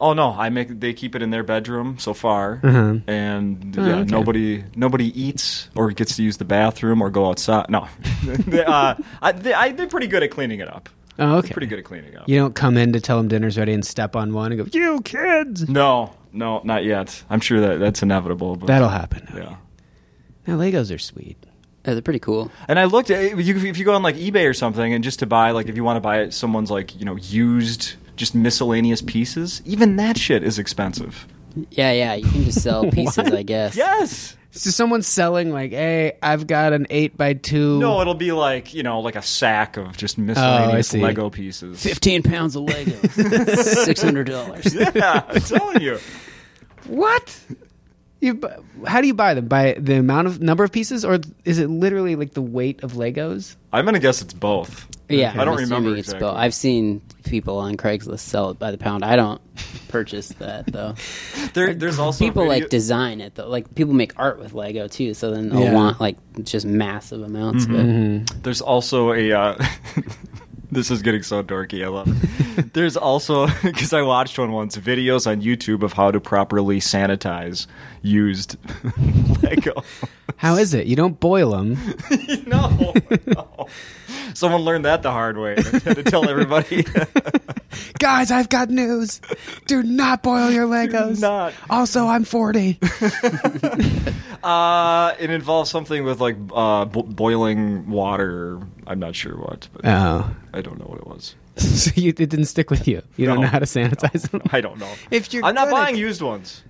A: Oh no, I make they keep it in their bedroom so far, and yeah,
C: Mm-hmm. Oh, okay.
A: nobody nobody eats or gets to use the bathroom or go outside. No, they, uh, I, they, I, they're pretty good at cleaning it up.
C: Oh, okay.
A: Pretty good at cleaning it up.
C: You don't come in to tell them dinner's ready and step on one and go, "You kids."
A: No, no, not yet. I'm sure that that's inevitable. But,
C: That'll happen.
A: yeah.
C: Now Legos are sweet.
B: Oh, they're pretty cool.
A: And I looked at if you, if you go on like eBay or something, and just to buy like if you want to buy someone's like you know used just miscellaneous pieces, even that shit is expensive.
B: Yeah, yeah. You can just sell pieces, I guess.
A: Yes.
C: So someone's selling like, "Hey, I've got an eight by two.
A: No, it'll be like you know, like a sack of just
B: Oh,
A: miscellaneous
C: see.
A: Lego pieces.
B: Fifteen pounds of Legos, six hundred dollars.
A: yeah, I'm telling you.
C: What? You, bu- how do you buy them? By the amount of number of pieces, or is it literally like the weight of Legos?
A: I'm gonna guess it's both.
B: Yeah,
A: I don't
B: I'm assuming
A: remember
B: it's
A: exactly.
B: both. I've seen people on Craigslist sell it by the pound. I don't purchase that though.
A: There, there's also
B: people
A: video-
B: like design it though. Like people make art with Lego too, so then they'll
C: Yeah.
B: want like just massive amounts of it.
A: There's also a. Uh, this is getting so dorky. I love. it. There's also because I watched one once videos on YouTube of how to properly sanitize used Lego.
C: How is it? You don't boil them.
A: no, no. Someone learned that the hard way. I had to tell everybody.
C: Guys, I've got news. Do not boil your Legos.
A: not.
C: Also, I'm 40.
A: Uh, it involves something with like uh, bo- boiling water. I'm not sure what, but
C: Oh.
A: I don't know what it was.
C: so you, it didn't stick with you. You don't
A: No.
C: know how to sanitize them.
A: I don't know.
C: If you're
A: I'm not
C: good at-
A: buying used ones.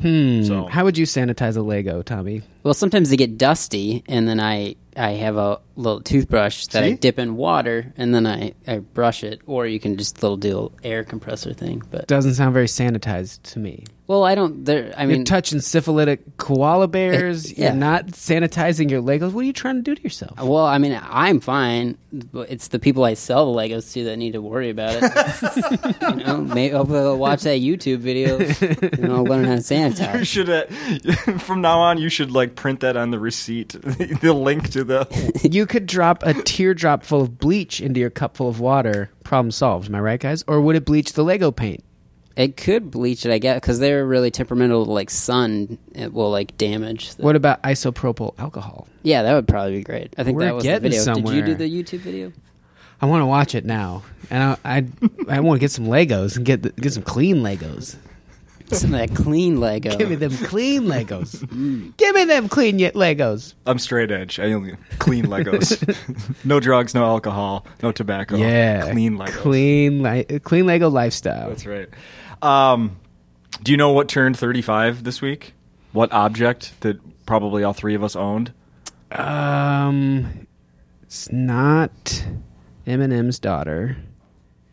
C: Hmm.
A: So-
C: How would you sanitize a Lego, Tommy?
B: Well, sometimes they get dusty, and then I I have a little toothbrush that I
A: See?
B: dip in water, and then I I brush it. Or you can just little do air compressor thing. But
C: Doesn't sound very sanitized to me.
B: well, I don't. There, I
C: you're
B: mean,
C: touching syphilitic koala bears.
B: yeah. Oh.
C: You're not sanitizing your Legos. What are you trying to do to yourself?
B: well, I mean, I'm fine. but It's the people I sell the Legos to that need to worry about it. you know, maybe hopefully they'll watch that YouTube video and I'll learn how to sanitize.
A: You should. Uh, from now on, you should like print that on the receipt, the link to the.
C: you could drop a teardrop full of bleach into your cup full of water. Problem solved. Am I right, guys? Or would it bleach the Lego paint?
B: It could bleach it, I guess, because they're really temperamental. Like sun, it will like damage. The,
C: What about isopropyl alcohol?
B: Yeah, that would probably be great. I think
C: We're
B: that was the
C: getting
B: video. Did you
C: somewhere.
B: do the YouTube video?
C: I want to watch it now, and I I, I want to get some Legos and get the, get some clean Legos.
B: Some of that clean Lego.
C: Give me them clean Legos. Give me them clean yet Legos.
A: I'm straight edge. I only clean Legos. no drugs, no alcohol, no tobacco.
C: Yeah,
A: Oh, clean Legos.
C: Clean li- clean Lego lifestyle.
A: That's right. Um, do you know what turned 35 this week? What object that probably all three of us owned?
C: Um, it's not Eminem's daughter.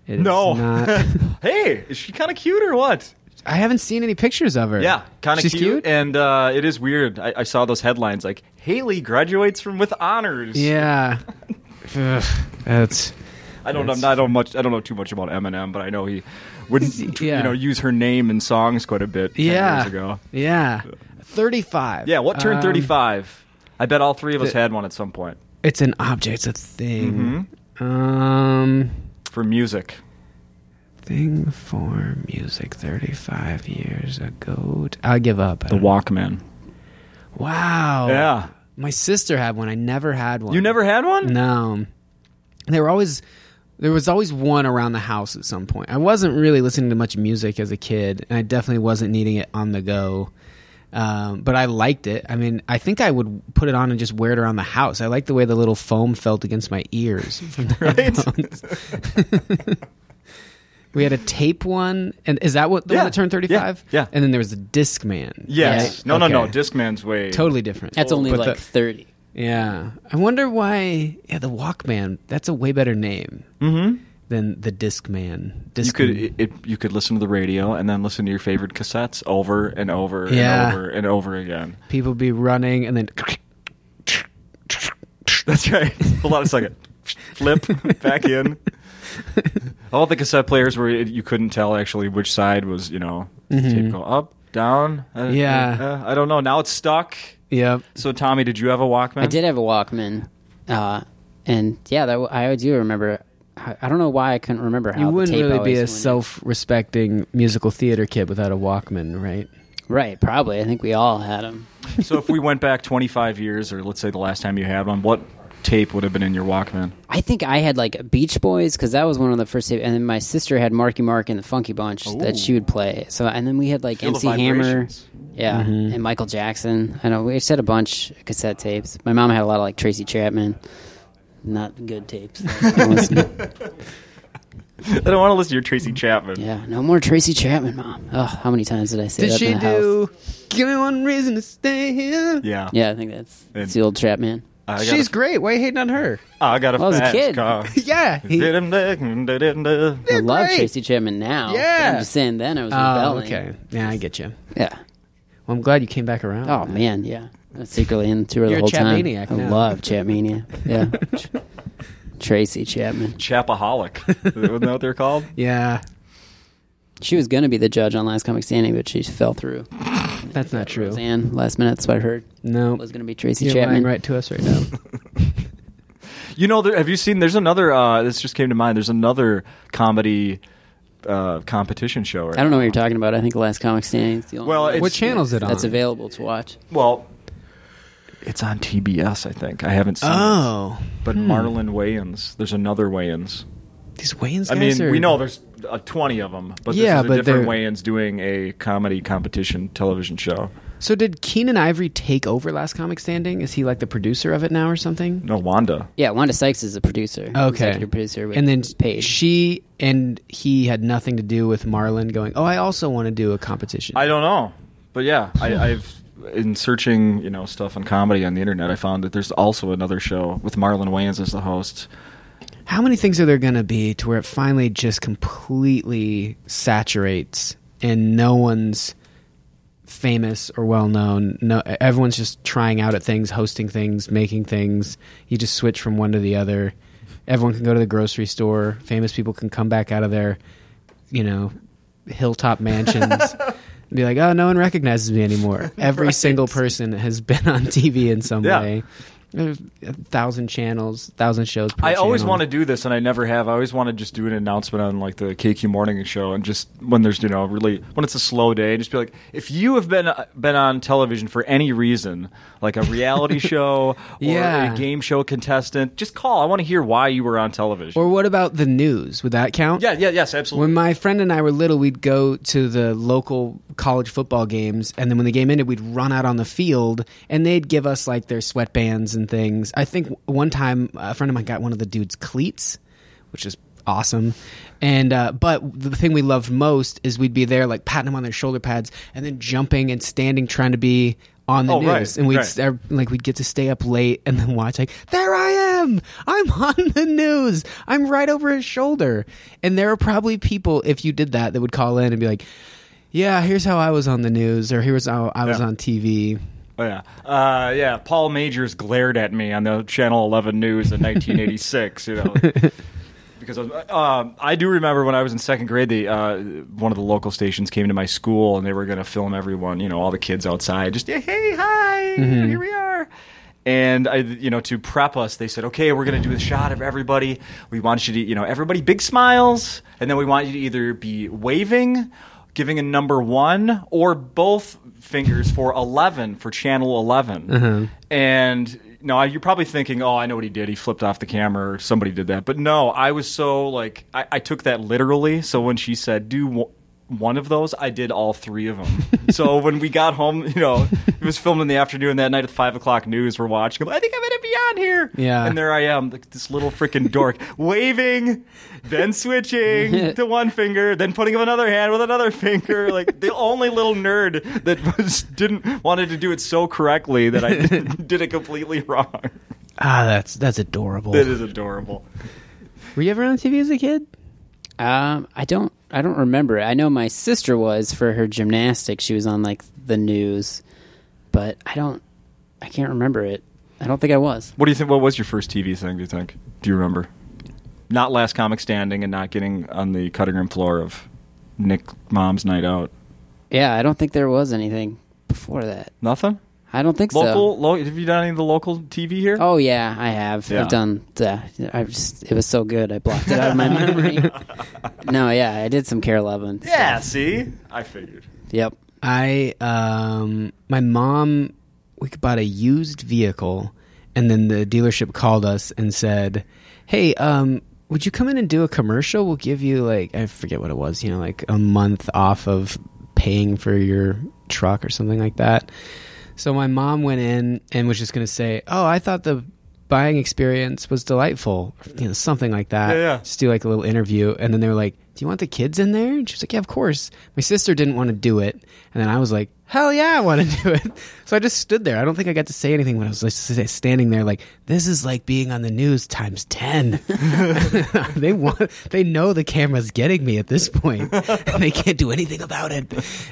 C: It is
A: No.
C: not-
A: Hey, is she kind of cute or what?
C: I haven't seen any pictures of her.
A: Yeah, kind of
C: She's
A: cute, and uh, it is weird. I, I saw those headlines like Haley graduates from with honors.
C: yeah, Ugh, that's
A: I don't. know I don't much. I don't know too much about Eminem, but I know he would
C: Yeah.
A: you know use her name in songs quite a bit. 10
C: yeah.
A: years ago.
C: Yeah. 35.
A: Yeah. What turned
C: Um,
A: thirty five? I bet all three of us
C: the-
A: had one at some point
C: It's an object. It's a thing.
A: Mm-hmm.
C: Um,
A: for music.
C: thing for music 35 years ago. I give up. I
A: The
C: don't-
A: Walkman.
C: Wow.
A: Yeah.
C: My sister had one. I never had one.
A: You never had one?
C: No. There were always there was always one around the house at some point. I wasn't really listening to much music as a kid, and I definitely wasn't needing it on the go. Um, but I liked it. I mean, I think I would put it on and just wear it around the house. I liked the way the little foam felt against my ears. from the headphones. we had a tape one, and is that what the
A: Yeah.
C: one that turned thirty five?
A: Yeah. Yeah.
C: And then there was the disc man.
A: Yes.
C: right?
A: No, no, no.
C: Okay.
A: Discman's way
C: totally different.
B: That's only
C: But
B: like
C: the-
B: thirty.
C: yeah. I wonder why. Yeah, the Walkman. That's a way better name
A: Mm-hmm.
C: than the Discman. Disc
A: You could it, it- you could listen to the radio and then listen to your favorite cassettes over and over
C: Yeah.
A: and over and over again.
C: people be running and then.
A: That's right. Hold on a second. Flip back in. All the cassette players where it, you couldn't tell actually which side was you know the tape go up down. uh,
C: Mm-hmm. Yeah.
A: uh, I don't know. Now it's stuck.
C: Yep.
A: So Tommy, did you have a Walkman?
B: I did have a Walkman, uh, and yeah, that I do remember. I, I don't know why I couldn't remember how
C: You
B: Oh, the
C: wouldn't
B: tape
C: really be
B: always
C: a
B: went in.
C: self-respecting musical theater kid without a Walkman, right?
B: right. Probably, I think we all had them.
A: so if we went back 25 years, or let's say the last time you had one, what tape would have been in your Walkman?
B: I think I had like Beach Boys because that was one of the first, and then my sister had Marky Mark and the Funky Bunch that she would play. So, and then we had like
A: Feel the
B: MC Hammer,
A: vibrations.
B: yeah,
C: Mm-hmm.
B: and Michael Jackson. I know we just had a bunch of cassette tapes. My mom had a lot of like Tracy Chapman, not good tapes. I don't listen to-
A: I don't want to listen to your Tracy Chapman.
B: yeah, no more Tracy Chapman, mom. Oh, how many times did I say
C: Did
B: that?
C: she
B: in the house?
C: do? Give me one reason to stay here.
A: Yeah.
B: Yeah, I think that's, that's
A: And-
B: the old Chapman.
A: I got
C: She's
A: a,
C: great. Why are you hating on her?
A: I got a
B: Well, I was a
A: fast
B: kid.
A: car.
C: yeah. he-
B: I love
C: great.
B: Tracy Chapman now.
C: Yeah.
B: but I'm just saying then I was
C: oh,
B: rebelling.
C: okay. Yeah, I get you.
B: Yeah.
C: Well, I'm glad you came back around.
B: Oh man, yeah. I was secretly into her
C: You're a
B: the whole
C: Chap
B: time.
C: maniac
B: I
C: now.
B: love Chapmania. Yeah. Ch- Tracy Chapman.
A: Chapaholic. Isn't that what they're called?
C: Yeah.
B: She was going to be the judge on Last Comic Standing, but she fell through.
C: That's not true.
B: And last minute, that's what I heard.
C: No.
B: Was going to be Tracy
C: You're
B: Chapman.
C: lying right to us right now.
A: You know, there, have you seen? There's another. Uh, this just came to mind. There's another comedy uh, competition show. Right
B: I don't know what you're talking about. I think Last Comic Standing is the only
A: Well,
B: one
A: it's-
C: what channel's it on?
B: that's available to watch.
A: Well, it's on TBS. I think I haven't seen.
C: Oh,
A: it. but
B: hmm.
A: Marlon Wayans. There's another Wayans.
C: these Wayans
A: I
C: guys
A: mean,
C: are-
A: we know there's uh, 20 of them, but
C: Yeah,
A: this is
C: but
A: a different
C: they're-
A: Wayans doing a comedy competition television show.
C: So did Keenan Ivory take over Last Comic Standing? Is he like the producer of it now or something?
A: No, Wanda.
B: Yeah, Wanda Sykes is the producer. Executive producer. With
C: and then
B: Paige.
C: she and he had nothing to do with Marlon going. Oh, I also want to do a competition.
A: I don't know, but yeah, I, I've in searching you know stuff on comedy on the internet. I found that there's also another show with Marlon Wayans as the host.
C: How many things are there going to be to where it finally just completely saturates and no one's famous or well known? No, e, everyone's just trying out at things, hosting things, making things. You just switch from one to the other. Everyone can go to the grocery store. Famous people can come back out of their, you know, hilltop mansions. and Be like, oh, no one recognizes me anymore. Every single person has been on TV in some
A: Yeah.
C: way. There's a thousand channels, thousand shows. Per
A: I always
C: channel.
A: want to do this, and I never have. I always want to just do an announcement on like the KQ morning show, and just when there's you know really when it's a slow day, just be like, if you have been uh, been on television for any reason, like a reality show or
C: Yeah.
A: a game show contestant, just call. I want to hear why you were on television.
C: Or what about the news? Would that count?
A: yeah, yeah, yes, absolutely.
C: When my friend and I were little, we'd go to the local college football games, and then when the game ended, we'd run out on the field, and they'd give us like their sweatbands and things. I think one time a friend of mine got one of the dude's cleats, which is awesome. And uh, but the thing we loved most is we'd be there like patting them on their shoulder pads, and then jumping and standing trying to be on the
A: Oh,
C: news,
A: right,
C: and we'd
A: right.
C: st- ev- like we'd get to stay up late and then watch like there I am I'm on the news I'm right over his shoulder and there are probably people if you did that that would call in and be like yeah here's how I was on the news or here's how I was
A: Yeah.
C: on TV
A: Oh, yeah, uh, yeah. Paul Majors glared at me on the Channel 11 news in 1986. you know, because I, was, um, I do remember when I was in second grade, the uh, one of the local stations came to my school and they were going to film everyone, you know, all the kids outside, just yeah, hey, hi, here we are. And I, you know, to prep us, they said, okay, we're going to do a shot of everybody. We want you to, you know, everybody big smiles, and then we want you to either be waving, giving a number one, or both fingers for eleven for channel 11 And no, you're probably thinking, oh, I know what he did. He flipped off the camera or somebody did that. But no, I was so like, I, I took that literally. So when she said, do w- one of those, I did all three of them. so when we got home, you know, it was filmed in the afternoon that night at 5 o'clock news. We're watching. I'm like, I think I'm going to be on here.
C: Yeah.
A: And there I am, like, this little freaking dork, waving, then switching to one finger, then putting up another hand with another finger. Like the only little nerd that was, didn't wanted to do it so correctly that I did it completely wrong.
C: Ah, that's that's adorable.
A: That is adorable.
C: Were you ever on TV as a kid?
B: Um, I don't, I don't remember. I know my sister was for her gymnastics. She was on like the news, but I don't, I can't remember it. I don't think I was.
A: What do you think? What was your first TV thing? Do you think? Do you remember? Not last comic standing and not getting on the cutting room floor of Nick Mom's night out.
B: Yeah, I don't think there was anything before that.
A: Nothing.
B: I don't think
A: Local.
B: so.
A: Lo- have you done any of the local TV here?
B: Oh yeah, I have.
A: Yeah.
B: I've done. Uh, I just, it was so good. I blocked it out of my memory. no, yeah, I did some Care Eleven. stuff.
A: yeah. See, I figured.
B: Yep.
C: I um my mom we bought a used vehicle and then the dealership called us and said, "Hey, um would you come in and do a commercial? We'll give you like I forget what it was, you know, like a month off of paying for your truck or something like that." So my mom went in and was just going to say, "Oh, I thought the buying experience was delightful," you know, something like that.
A: Yeah, yeah.
C: Just do like a little interview, and then they were like, "Do you want the kids in there?" And she was like, "Yeah, of course." My sister didn't want to do it, and then I was like, "Hell yeah, I want to do it!" So I just stood there. I don't think I got to say anything, but I was just sta- standing there like, "This is like being on the news times 10. they want, they know the camera's getting me at this point, and they can't do anything about it.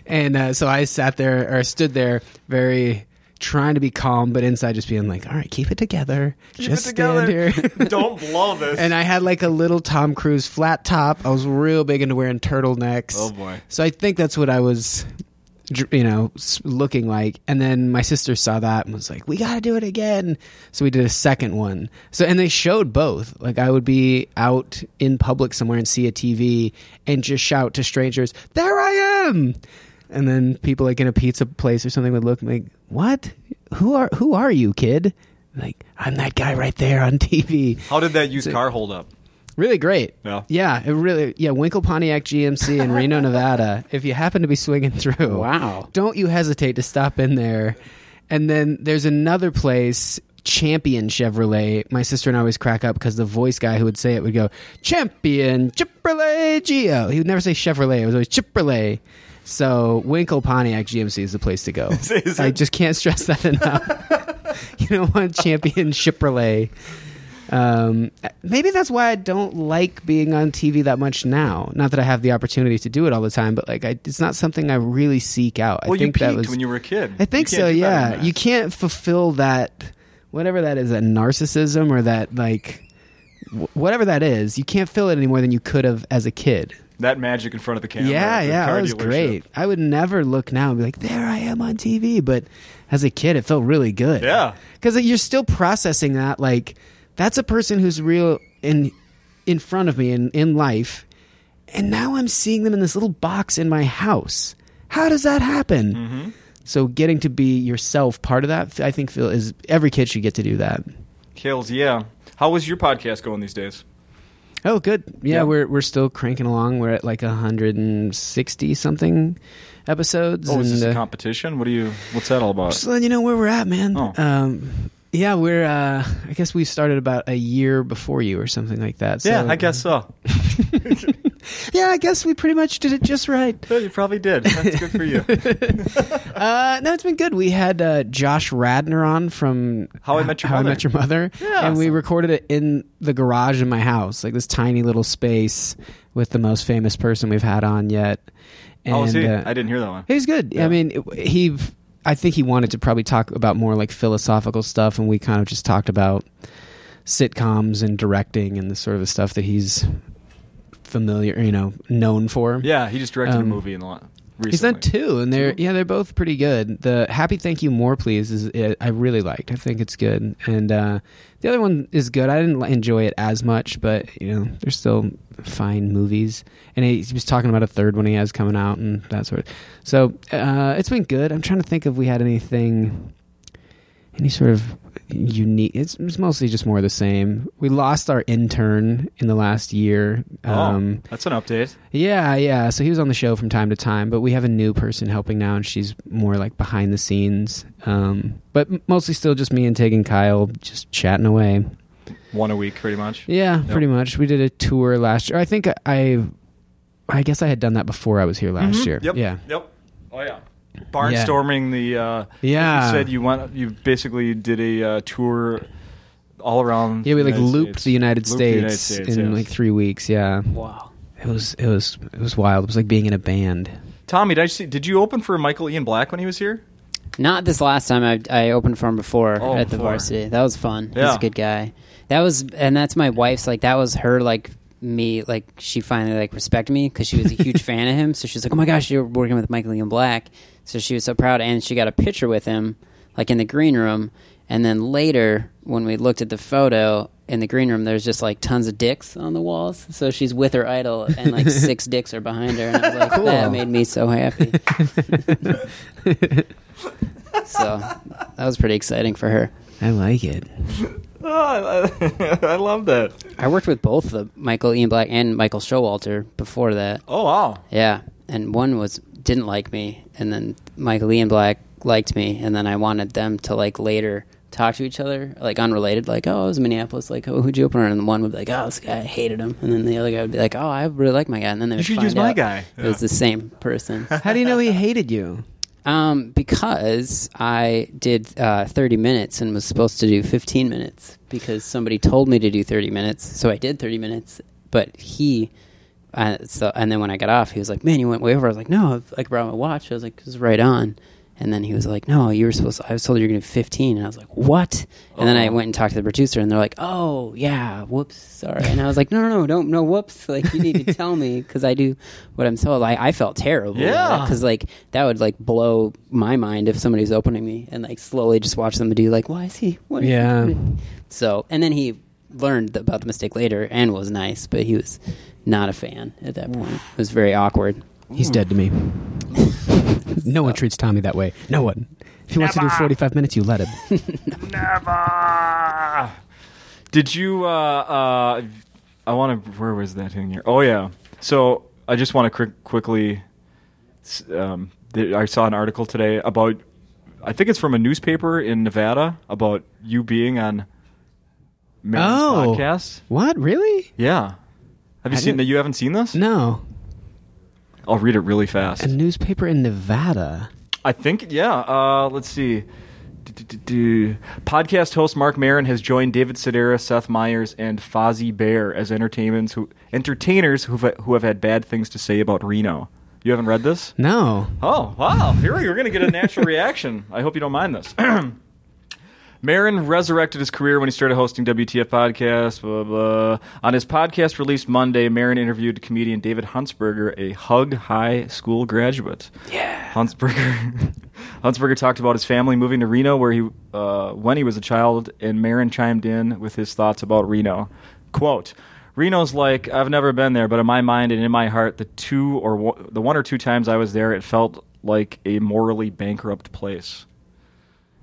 C: And uh, so I sat there or stood there, very. Trying to be calm, but inside just being like, "All right, keep it together.
A: Keep
C: just
A: it together.
C: stand here."
A: Don't blow this.
C: and I had like a little Tom Cruise flat top. I was real big into wearing turtlenecks.
A: Oh, boy.
C: So I think that's what I was, dr- you know, s- looking like. And then my sister saw that and was like, "We got to do it again." So we did a second one. So and they showed both. Like I would be out in public somewhere and see a TV and just shout to strangers, "There I am!" And then people like in a pizza place or something would look and be like, "What? Who are who are you, kid?" Like I'm that guy right there on TV
A: How did that used car hold up?
C: really great.
A: Yeah.
C: it really yeah. Winkle Pontiac GMC in Reno, Nevada. If you happen to be swinging through,
B: Wow.
C: don't you hesitate to stop in there. And then there's another place, Champion Chevrolet. My sister and I always crack up because the voice guy who would say it would go Champion Chevrolet Geo. He would never say Chevrolet. It was always Chevrolet. So Winkle Pontiac GMC is the place to go.
A: is
C: I
A: it?
C: just can't stress that enough. you don't want Champion Chevrolet. Um, maybe that's why I don't like being on TV that much now. Not that I have the opportunity to do it all the time, but like I, it's not something I really seek out. I
A: Well, you
C: think that
A: peaked
C: was
A: when you were a kid.
C: I
A: You can't
C: think so.
A: do better than
C: Yeah,
A: that.
C: you can't fulfill that whatever that is, that narcissism or that like wh- whatever that is. You can't fill it any more than you could have as a kid.
A: that magic in front of the camera.
C: yeah,
A: at the
C: yeah,
A: car
C: that was
A: dealership.
C: great. I would never look now and be like, "There I am on TV," but as a kid, it felt really good.
A: Yeah.
C: because you're still processing that. Like, that's a person who's real in in front of me in in life, and now I'm seeing them in this little box in my house. How does that happen?
A: Mm-hmm.
C: So, getting to be yourself part of that, I think, Phil is every kid should get to do that.
A: Kills. Yeah. How was your podcast going these days?
C: Oh, good. Yeah,
A: Yeah.
C: we're we're still cranking along. We're at like 160 something episodes.
A: Oh, is this
C: and,
A: a
C: uh,
A: competition? What do you? What's that all about?
C: just letting you know where we're at, man.
A: Oh.
C: Um, yeah, we're. Uh, I guess we started about a year before you or something like that. So,
A: yeah, I guess so.
C: Yeah, I guess we pretty much did it just right.
A: Yeah, you probably did. That's good for you.
C: Uh, no, it's been good. We had uh, Josh Radner on from
A: How I Met Your Mother.
C: Met Your Mother,
A: Yeah.
C: and we recorded it in the garage in my house, like this tiny little space with the most famous person we've had on yet. And,
A: oh, see,
C: uh,
A: I didn't hear that one.
C: He was good. I mean, it- he. I think he wanted to probably talk about more like philosophical stuff, and we kind of just talked about sitcoms and directing and the sort of stuff that he's familiar, you know, known for.
A: Yeah, he just directed a
C: Um,
A: movie in the lot. Recently.
C: He's done two, and they're yeah, they're both pretty good. The Happy Thank You More Please is it, I really liked. I think it's good, and uh, the other one is good. I didn't li- enjoy it as much, but you know they're still fine movies. And he, he was talking about a third one he has coming out and that sort. Of, so uh, it's been good. I'm trying to think if we had anything, any sort of unique. It's, it's mostly just more of the same. We lost our intern in the last year. Um,
A: Oh, that's an update.
C: Yeah, yeah. So he was on the show from time to time, but we have a new person helping now, and she's more like behind the scenes. Um, but m- mostly still just me and Tig and Kyle just chatting away.
A: One a week, pretty much.
C: Yeah,
A: Yep.
C: pretty much. We did a tour last year. I think I, I guess I had done that before I was here last year.
A: Mm-hmm. Yep.
C: Yeah.
A: Yep. Oh yeah. Barnstorming the. Uh,
C: Yeah.
A: You said you went. You basically did a uh, tour all around.
C: Yeah, we like
A: United
C: looped
A: States.
C: the United
A: Looped
C: States,
A: United States,
C: in
A: yes.
C: like three weeks. Yeah.
B: Wow.
C: It was it was it was wild. It was like being in a band.
A: Tommy, did I see? Did you open for Michael Ian Black when he was here?
B: Not this last time. I, I opened for him before
A: Oh,
B: at the
A: before.
B: varsity. That was fun. He's
A: Yeah.
B: a good guy. That was, and that's my wife's. Like that was her. Like me. Like she finally like respected me because she was a huge fan of him. So she was like, "Oh my gosh, you're working with Michael Ian Black." So she was so proud, and she got a picture with him, like in the green room. And then later, when we looked at the photo in the green room, there's just like tons of dicks on the walls. So she's with her idol, and like six dicks are behind her. And I was like, that made me so happy. So that was pretty exciting for her.
C: I like it.
A: Oh, I, I love that.
B: I worked with both the Michael Ian Black and Michael Showalter before that.
A: Oh wow.
B: Yeah, and one was didn't like me, and then Michael Ian Black liked me, and then I wanted them to like later talk to each other, like unrelated, like oh, I was in Minneapolis, like oh, who'd you open? for?" And one would be like, oh, this guy hated him, and then the other guy would be like, oh, I really like my guy, and then they would
A: should
B: find
A: use my
B: out
A: guy.
B: It was the same person.
C: How do you know he hated you?
B: Um, because I did uh, 30 minutes and was supposed to do 15 minutes because somebody told me to do 30 minutes, so I did 30 minutes. But he, uh, so and then when I got off, he was like, "Man, you went way over." I was like, "No, I've like brought my watch." I was like, "It was right on." And then he was like, "No, you were supposed. I was told you were going to do 15." And I was like, "What?" And then I went and talked to the producer, and they're like, "Oh, yeah, whoops, sorry." And I was like, "No, no, no, don't, no, whoops. Like you need to tell me because I do what I'm told." I, I felt terrible.
A: Yeah.
B: because like that would like blow my mind if somebody's opening me and like slowly just watch them do like, "Why is he?" What is he
C: Yeah.
B: doing?" So, and then he learned about the mistake later and was nice, but he was not a fan at that point. It was very awkward. Uh,
C: He's dead to me. no one treats Tommy that way. No one. If he wants to do 45 minutes, you let him.
A: Never. Ah. Did you? Uh, uh, I want to. Where was that in here? Oh yeah. So I just want to quick, quickly. s- Um, th- I saw an article today about. I think it's from a newspaper in Nevada about you being on. Mary's
C: Oh.
A: podcast.
C: what? Really?
A: Yeah. Have you seen
C: didn't-
A: that? You haven't seen this?
C: No.
A: I'll read it really fast.
C: A newspaper in Nevada.
A: I think, yeah. Uh, let's see. Du-du-du-du. Podcast host Mark Marin has joined David Sedaris, Seth Meyers, and Fozzie Bear as entertainments who entertainers who who have had bad things to say about Reno. You haven't read this?
C: No.
A: Oh, wow. Here we are going to get a natural reaction. I hope you don't mind this. Marin resurrected his career when he started hosting WTF podcast. Blah blah. On his podcast released Monday, Marin interviewed comedian David Huntsberger, a Hug High school graduate. Yeah. Huntsberger. Huntsberger talked about his family moving to Reno, where he uh, when he was a child, and Marin chimed in with his thoughts about Reno. Quote. Reno's like I've never been there, but in my mind and in my heart, the two or one, the one or two times I was there, it felt like a morally bankrupt place.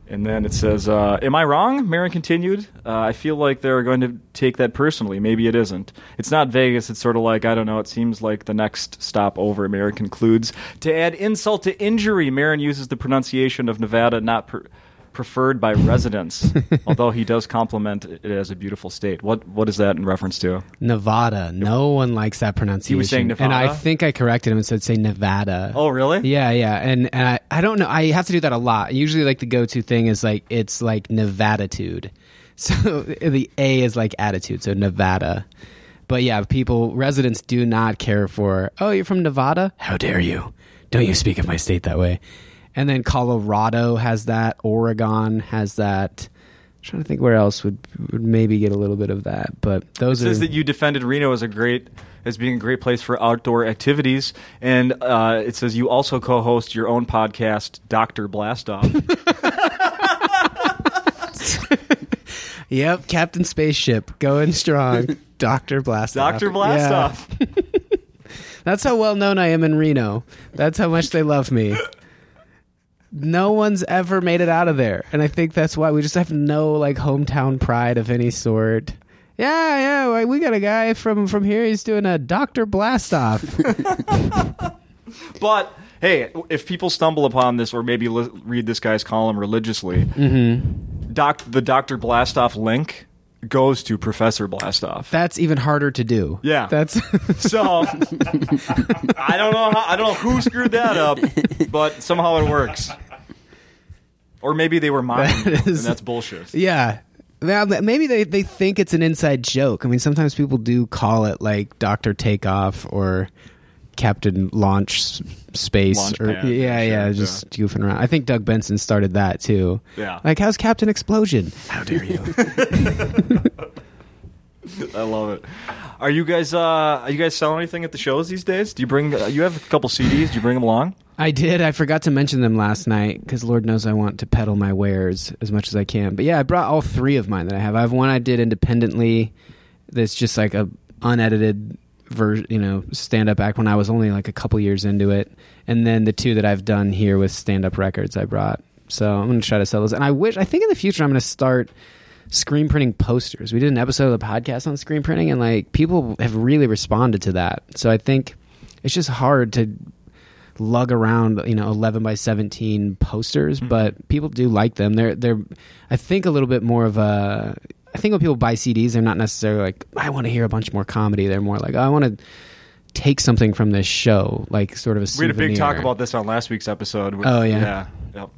A: And then it says, uh, Am I wrong? Marin continued. Uh, I feel like they're going to take that personally. Maybe it isn't. It's not Vegas. It's sort of like, I don't know, it seems like the next stop over, Marin concludes. To add insult to injury, Marin uses the pronunciation of Nevada not per- preferred by residents, although he does compliment it as a beautiful state. What What is that in reference to?
C: Nevada. No one likes that pronunciation.
A: saying
C: And I
A: Nevada?
C: think I corrected him and said, say Nevada.
A: Oh, really?
C: Yeah, yeah. And, and I, I don't know. I have to do that a lot. Usually, like, the go to thing is like, it's like Nevatitude. So the A is like attitude. So Nevada. But yeah, people, residents do not care for, oh, you're from Nevada? How dare you? Don't you speak of my state that way. And then Colorado has that. Oregon has that. trying to think where else would would maybe get a little bit of that, but those are
A: says that you defended Reno as a great as being a great place for outdoor activities, and uh, it says you also co-host your own podcast, Doctor Blastoff.
C: Yep, Captain Spaceship, going strong. Doctor Blastoff.
A: Doctor
C: Yeah.
A: Blastoff.
C: That's how well known I am in Reno. That's how much they love me. No one's ever made it out of there, and I think that's why we just have no like hometown pride of any sort. Yeah, yeah, like, we got a guy from from here. He's doing a Doctor Blastoff.
A: But hey, if people stumble upon this or maybe li- read this guy's column religiously,
C: Mm-hmm.
A: doc- the Doctor Blastoff link goes to Professor Blastoff.
C: that's even harder to do.
A: Yeah.
C: that's
A: So I don't know. How, I don't know who screwed that up, but somehow it works. Or maybe they were mocking,
C: That
A: you,
C: is-
A: and that's bullshit.
C: Yeah. Now, th- maybe they, they think it's an inside joke. I mean, sometimes people do call it like Doctor Takeoff or Captain Launch S- Space.
A: Launch
C: or,
A: pad,
C: yeah,
A: sure,
C: yeah,
A: yeah.
C: just goofing around. I think Doug Benson started that too.
A: Yeah.
C: Like, how's Captain Explosion? How dare you?
A: I love it. Are you guys? Uh, are you guys selling anything at the shows these days? Do you bring? Uh, you have a couple CDs. Do you bring them along?
C: I did. I forgot to mention them last night because Lord knows I want to peddle my wares as much as I can. But yeah, I brought all three of mine that I have. I have one I did independently. That's just like a unedited version, you know, stand up act when I was only like a couple years into it, and then the two that I've done here with stand up records I brought. So I'm gonna try to sell those. And I wish I think in the future I'm gonna start screen printing posters. We did an episode of the podcast on screen printing, and like people have really responded to that. So I think it's just hard to lug around you know 11 by 17 posters
A: Mm-hmm.
C: but people do like them they're they're i think a little bit more of a i think when people buy cds they're not necessarily like i want to hear a bunch more comedy they're more like i want to take something from this show like sort of a
A: We had a big talk
C: souvenir.
A: about this on last week's episode. Which,
C: Oh, yeah.
A: yeah. Yep.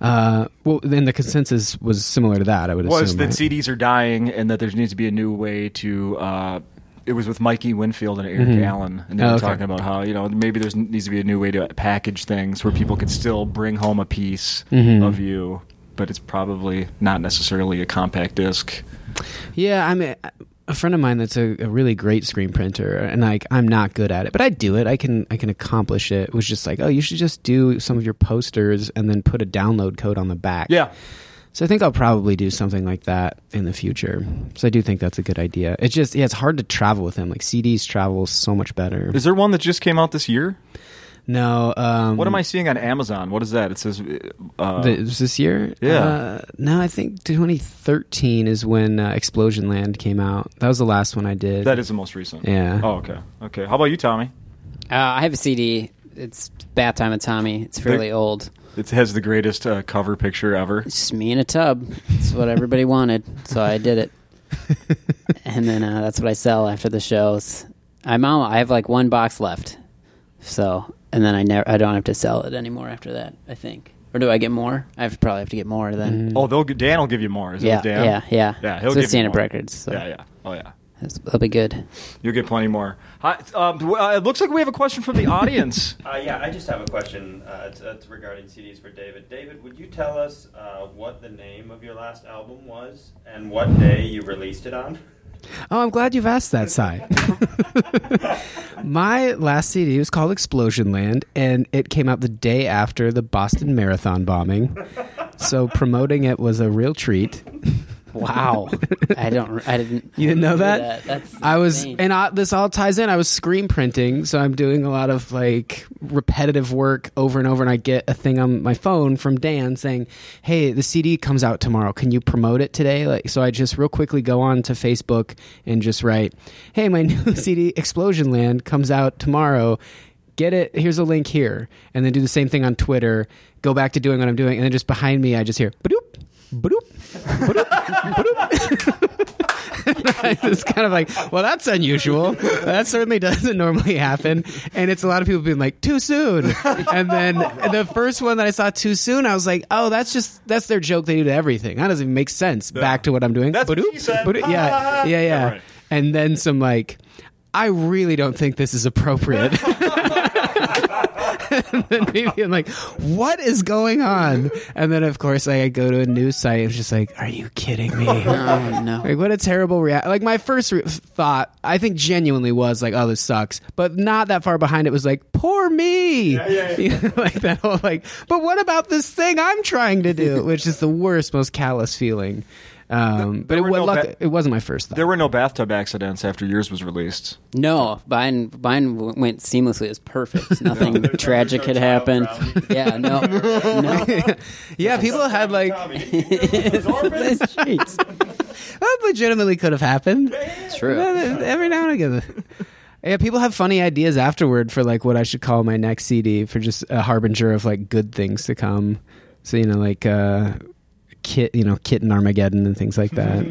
C: uh well then the consensus was similar to that i would
A: was
C: assume
A: that
C: right?
A: CDs are dying and that there needs to be a new way to. Uh, it was with Mikey Winfield and Eric Allen, and they
C: Oh,
A: were
C: okay.
A: talking about how you know maybe there needs to be a new way to package things where people could still bring home a piece
C: Mm-hmm.
A: of you, but it's probably not necessarily a compact disc.
C: Yeah, I mean, a friend of mine that's a, a really great screen printer, and like I'm not good at it, but I do it. I can I can accomplish it. It was just like, oh, you should just do some of your posters and then put a download code on the back.
A: Yeah,
C: So I think I'll probably do something like that in the future. So I do think that's a good idea. It's just yeah, it's hard to travel with them. Like CDs travel so much better.
A: is there one that just came out this year?
C: No, um,
A: What am I seeing on Amazon? What is that? It says uh,
C: Th- it was this year?
A: Yeah.
C: Uh, no, I think 2013 is when uh, Explosion Land came out. That was the last one I did.
A: that is the most recent.
C: Yeah.
A: Oh, okay. Okay. How about you, Tommy?
B: Uh, I have a CD. It's Bath Time with Tommy. It's fairly
A: There-
B: old.
A: It has the greatest uh, cover picture ever.
B: It's just me in a tub. It's what everybody wanted, so I did it. and then uh, that's what I sell after the shows. I'm al- I have like one box left, so and then I never I don't have to sell it anymore after that. I think, or do I get more? I have, probably have to get more then.
A: Oh, they'll Dan will give you more. Is it
B: Yeah,
A: Dan?
B: yeah, yeah,
A: Yeah, he'll
B: it's with
A: give you
B: stand up
A: more.
B: records. So
A: Yeah, yeah. Oh, yeah.
B: It's, it'll be good.
A: You'll get plenty more. Hi, um, w- uh, it looks like we have a question from the audience.
G: Uh, yeah, I just have a question uh, it's, it's regarding CDs for David. David, would you tell us uh, what the name of your last album was and what day you released it on?
C: Oh, I'm glad you've asked that, Cy. My last CD was called Explosion Land, and it came out the day after the Boston Marathon bombing. So promoting it was a real treat.
B: Wow, I don't, I didn't.
C: You didn't know
B: do
C: that?
B: That's
C: I was,
B: insane.
C: and I, this all ties in. I was screen printing, so I'm doing a lot of like repetitive work over and over. And I get a thing on my phone from Dan saying, "Hey, the CD comes out tomorrow. Can you promote it today?" Like, so I just real quickly go on to Facebook and just write, "Hey, my new CD Explosion Land comes out tomorrow." Get it. Here's a link here, and then do the same thing on Twitter. Go back to doing what I'm doing, and then just behind me, I just hear "badoop, badoop, it's kind of like, well, that's unusual. That certainly doesn't normally happen. And it's a lot of people being like, too soon. And then the first one that I saw too soon, I was like, oh, that's just that's their joke they do to everything. That doesn't even make sense. Back to what I'm doing.
A: That's what
C: Badoop,
A: she said.
C: badoop. Yeah, yeah, yeah.
A: right.
C: And then some like, I really don't think this is appropriate. and then maybe I'm like, what is going on? And then of course like, I go to a news site. It's just like, are you kidding me?
B: Oh no.
C: Like what a terrible react. Like my first re- thought, I think genuinely was like, "Oh, this sucks," but not that far behind it was like, "Poor me,"
G: yeah, yeah.
C: You know, like that whole like. But what about this thing I'm trying to do, which is the worst, most callous feeling. Um, but
A: there
C: it,
A: were
C: wa-
A: no
C: luck-
A: ba-
C: it wasn't my first thought.
A: There were no bathtub accidents after yours was released.
B: No, mine mine w- went seamlessly. It was perfect. Nothing
G: there's no-
B: tragic
G: there's
B: had
G: no
B: happened.
G: child
B: Yeah, no, no.
C: yeah, people had like
G: Tommy, those orphans?
B: Jeez.
C: that legitimately could have happened.
B: True.
C: Yeah, th- Every now and again. Yeah, people have funny ideas afterward for like what I should call my next CD for just a harbinger of like good things to come. So you know, like uh, kit, you know, kitten Armageddon and things like that.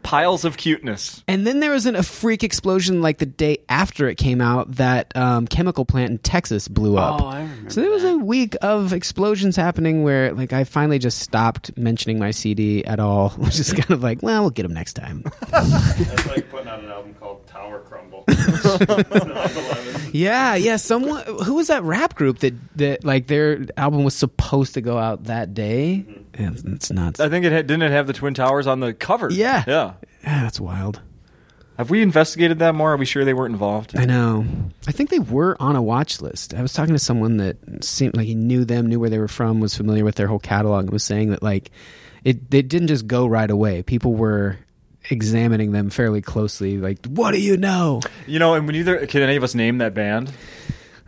A: Piles of cuteness.
C: and then there was an, a freak explosion like the day after it came out that um, chemical plant in Texas blew up.
B: Oh, I remember.
C: So there was a week of explosions happening where, like, I finally just stopped mentioning my CD at all, which is kind of like, well, we'll get them next time.
G: That's like putting out an album called Tower Crumble. It's not the lemon.
C: Yeah, yeah. Someone who was that rap group that that like their album was supposed to go out that day. Yeah, it's nuts.
A: I think it had, didn't it have the twin towers on the cover.
C: Yeah.
A: yeah.
C: Yeah, that's wild.
A: Have we investigated that more? Are we sure they weren't involved?
C: I know. I think they were on a watch list. I was talking to someone that seemed like he knew them, knew where they were from, was familiar with their whole catalog, and was saying that like it it didn't just go right away. People were examining them fairly closely. Like, what do you know?
A: You know, and we neither can any of us name that band.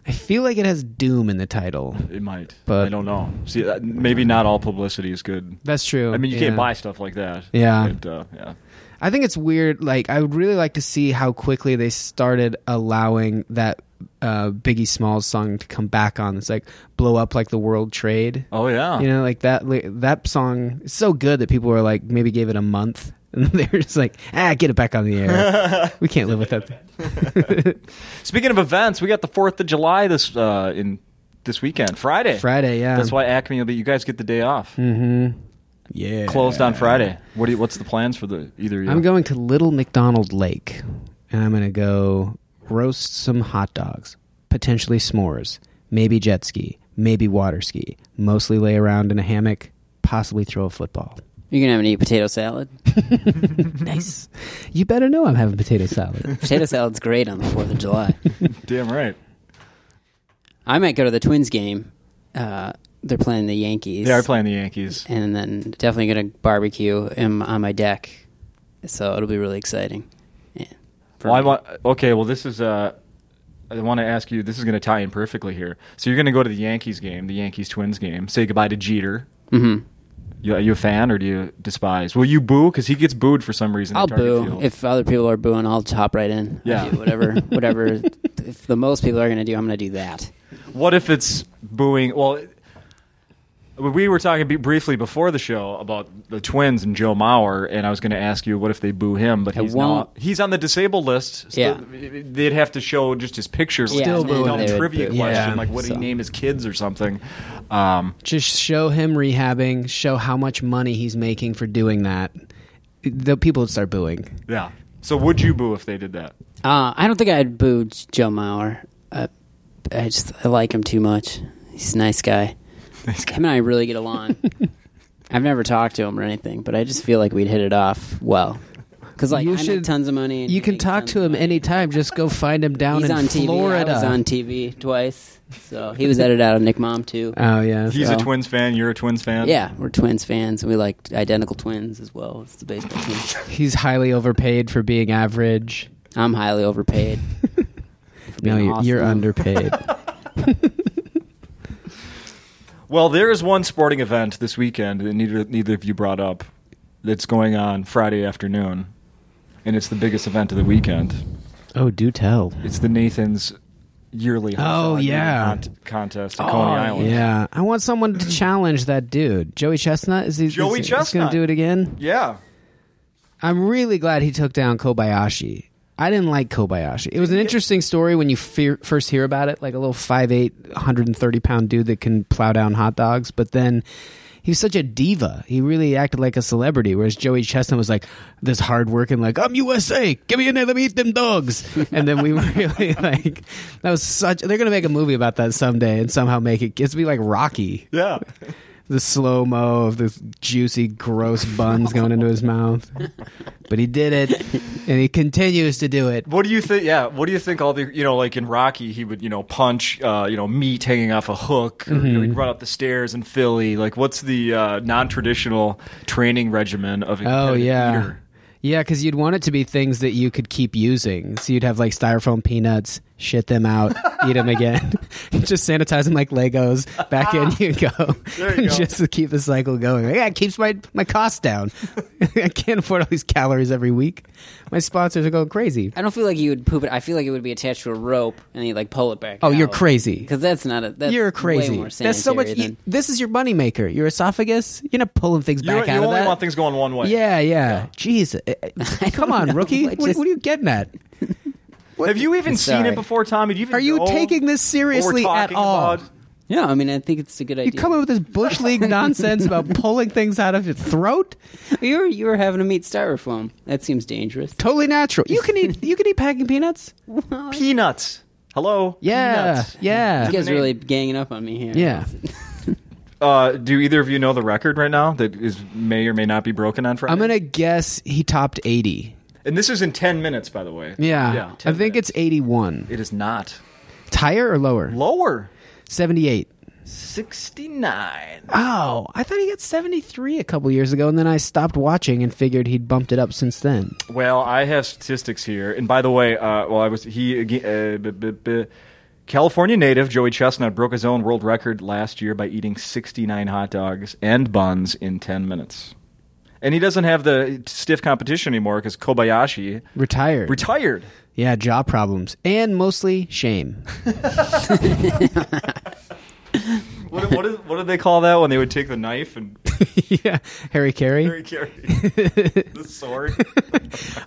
C: I feel like it has doom in the title.
A: It might,
C: But-
A: I don't know. See, that- maybe not all publicity is good.
C: That's true.
A: I mean, you
C: Yeah.
A: can't buy stuff like that.
C: Yeah.
A: It, uh, yeah.
C: I think it's weird. Like, I would really like to see how quickly they started allowing that uh, Biggie Smalls song to come back on. It's like blow up like the World Trade.
A: Oh yeah.
C: You know, like that li- that song is so good that people were like maybe gave it a month and they were just like, ah, get it back on the air. we can't live with that.
A: Speaking of events, we got the Fourth of July this uh, in this weekend, Friday.
C: Friday, Hmm. yeah. Mm-hmm.
A: That's why Acme will be. You guys get the day off.
E: Yeah.
A: Closed on Friday. What do you, what's the plans for the either? of you?
C: I'm going to Little McDonald Lake, and I'm going to go roast some hot dogs, potentially s'mores, maybe jet ski, maybe water ski, mostly lay around in a hammock, possibly throw a football.
B: You're gonna have any potato salad?
C: Nice. You better know I'm having potato salad.
B: Potato salad's great on the Fourth of July.
A: Damn right.
B: I might go to the Twins game. Uh, they're playing the Yankees.
A: They are playing the Yankees.
B: and then definitely gonna barbecue him on my deck. So it'll be really exciting. Yeah. For
A: Well, I
B: me.
A: want. Okay. Well, this is. Uh, I want to ask you. This is going to tie in perfectly here. So you're going to go to the Yankees game, the Yankees Twins game. Say goodbye to Jeter.
B: Mhm.
A: You, are you a fan or do you despise? Will you boo? Because he gets booed for some reason. at
B: I'll
A: Target
B: boo
A: Field.
B: if other people are booing. I'll hop right in. I'll
A: Yeah.
B: do whatever, whatever. if the most people are gonna do, I'm gonna do that.
A: What if it's booing? Well, it- we were talking b- briefly before the show about the twins and Joe Mauer, and I was going to ask you what if they boo him, but
B: I
A: he's
B: won't.
A: not. He's on the disabled list. so
B: Yeah.
A: they'd have to show just his picture. like
B: Still
A: some
B: booing
A: dumb
B: him. They would
A: trivia
B: boo.
A: question,
C: Yeah.
A: like what did
B: So.
A: he name his kids or something. Um,
C: Just show him rehabbing, show how much money he's making for doing that. The people would start booing.
A: yeah. So would you boo if they did that?
B: Uh, I don't think I'd boo J- Joe Mauer. I, I just I like him too much. He's a nice guy. Him and I really get along. I've never talked to him or anything, but I just feel like we'd hit it off well. Because like
C: You
B: I
C: should-
B: make tons of money. And
C: You
B: he
C: can
B: makes
C: talk
B: tons
C: to
B: of
C: him
B: money.
C: anytime. Just go find him down
B: He's
C: in
B: on TV.
C: Florida.
B: I was on TV twice, so he was edited out of Nick Mom too.
C: oh yeah,
A: He's
C: so-
A: a Twins fan. You're a Twins fan.
B: yeah, we're twins fans, and we like identical twins as well. It's the baseball team.
C: He's highly overpaid for being average.
B: I'm highly overpaid.
C: No,
B: being
C: you're, you're
B: awesome.
C: underpaid.
A: Well, there is one sporting event this weekend that neither neither of you brought up that's going on Friday afternoon, and it's the biggest event of the weekend.
C: oh, do tell.
A: It's the Nathan's yearly hot
C: Oh,
A: dog
C: yeah. Oh,
A: con- contest at Coney Island.
C: Yeah, I want someone to challenge that dude, Joey Chestnut. Is he?
A: Joey
C: is, going
A: Chestnut.
C: to do it again?
A: Yeah.
C: I'm really glad he took down Kobayashi. I didn't like Kobayashi. It was an interesting story when you fear, first hear about it, like a little 5'8", 130 pound dude that can plow down hot dogs. But then he was such a diva. He really acted like a celebrity. Whereas Joey Chestnut was like this hard working, like I'm USA, give me another eat them dogs. And then we were really like, that was such. They're gonna make a movie about that someday and somehow make it. It's gonna be like Rocky,
A: Yeah.
C: the slow mo of the juicy, gross buns going into his mouth. But he did it, and he continues to do it.
A: What do you think? Yeah. What do you think? All the you know, like in Rocky, he would you know punch uh, you know meat hanging off a hook. Or, you know,
C: Mm-hmm.
A: he'd run up the stairs in Philly. Like, what's the uh, non-traditional training regimen of a
C: Oh
A: competitive
C: yeah.
A: eater?
C: Yeah, because you'd want it to be things that you could keep using. So you'd have like styrofoam peanuts, shit them out, eat them again, just sanitize them like Legos. Back in you go,
A: There you go.
C: just to keep the cycle going. Like, Yeah, it keeps my my costs down. I can't afford all these calories every week. My sponsors are going crazy.
B: I don't feel like you would poop it. I feel like it would be attached to a rope and you like pull it back.
C: Oh, you're crazy.
B: Because that's not a. That's
C: You're
B: Way
C: crazy.
B: more
C: That's so much. e-
B: sanitary
C: you-
B: than-
C: this is your moneymaker. Your esophagus. You're not pulling things
A: You,
C: back
A: you
C: out of
A: only
C: that.
A: want things going one way.
C: yeah, yeah. Jeez, eh, eh, come on,
B: know.
C: rookie.
B: I
C: What,
B: just-
C: what are you getting at?
A: Have you even seen
B: Sorry.
A: it before, Tommy? Do you even
C: Are you
A: know
C: taking this
A: what we're
C: seriously at
A: talking
C: all?
A: about?
B: yeah, I mean, I think it's a good
C: You
B: idea.
C: come up with this bush league nonsense about pulling things out of your throat?
B: you were you were having to meet styrofoam. That seems dangerous.
C: Totally natural. You can eat. You can eat packing peanuts.
A: Peanuts. Hello.
C: Oh, Yeah,
A: Peanuts.
C: yeah,
B: You guys are really ganging up on me here.
C: yeah.
A: Uh, do either of you know the record right now that is may or may not be broken on Friday?
C: I'm gonna guess he topped 80.
A: and this is in ten minutes, by the way.
C: Yeah,
A: Yeah,
C: I think it's 81.
A: It is not
C: It's higher or lower?
A: lower.
C: 78.
A: Sixty nine.
C: Oh, I thought he got 73 a couple years ago, and then I stopped watching and figured he'd bumped it up since then.
A: Well, I have statistics here, and by the way, uh, well, I was he uh, b- b- b- California native Joey Chestnut broke his own world record last year by eating 69 hot dogs and buns in 10 minutes, and he doesn't have the stiff competition anymore because Kobayashi
C: Retired.
A: retired.
C: yeah, jaw problems and mostly shame.
A: What, what, is, what did they call that when they would take the knife and
C: yeah, Harry Carey.
A: carry, carry the sword?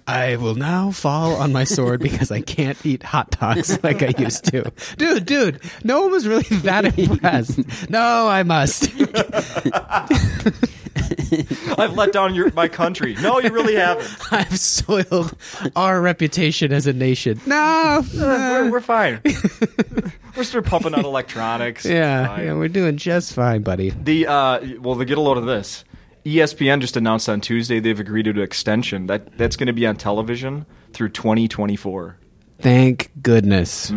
C: I will now fall on my sword because I can't eat hot dogs like I used to. Dude, dude, no one was really that impressed. No, I must.
A: I've let down your, my country. No, you really haven't.
C: I've soiled our reputation as a nation. No.
A: We're, we're fine. We're still pumping out electronics. It's
C: Yeah,
A: fine.
C: yeah, we're doing just fine, buddy.
A: The uh, well, the get a load of this. E ESPN just announced on Tuesday they've agreed to an extension that that's going to be on television through 2024.
C: Thank goodness.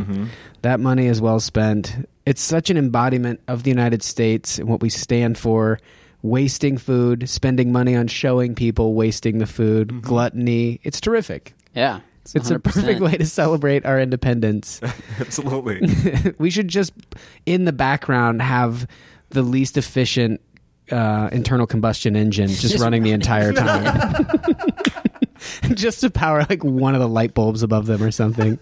C: That money is well spent. It's such an embodiment of the United States and what we stand for wasting food, spending money on showing people wasting the food, gluttony. It's terrific.
B: yeah.
C: It's a
B: 100%.
C: perfect way to celebrate our independence.
A: Absolutely.
C: we should just, in the background, have the least efficient uh, internal combustion engine just, running the entire time. just to power like one of the light bulbs above them or something.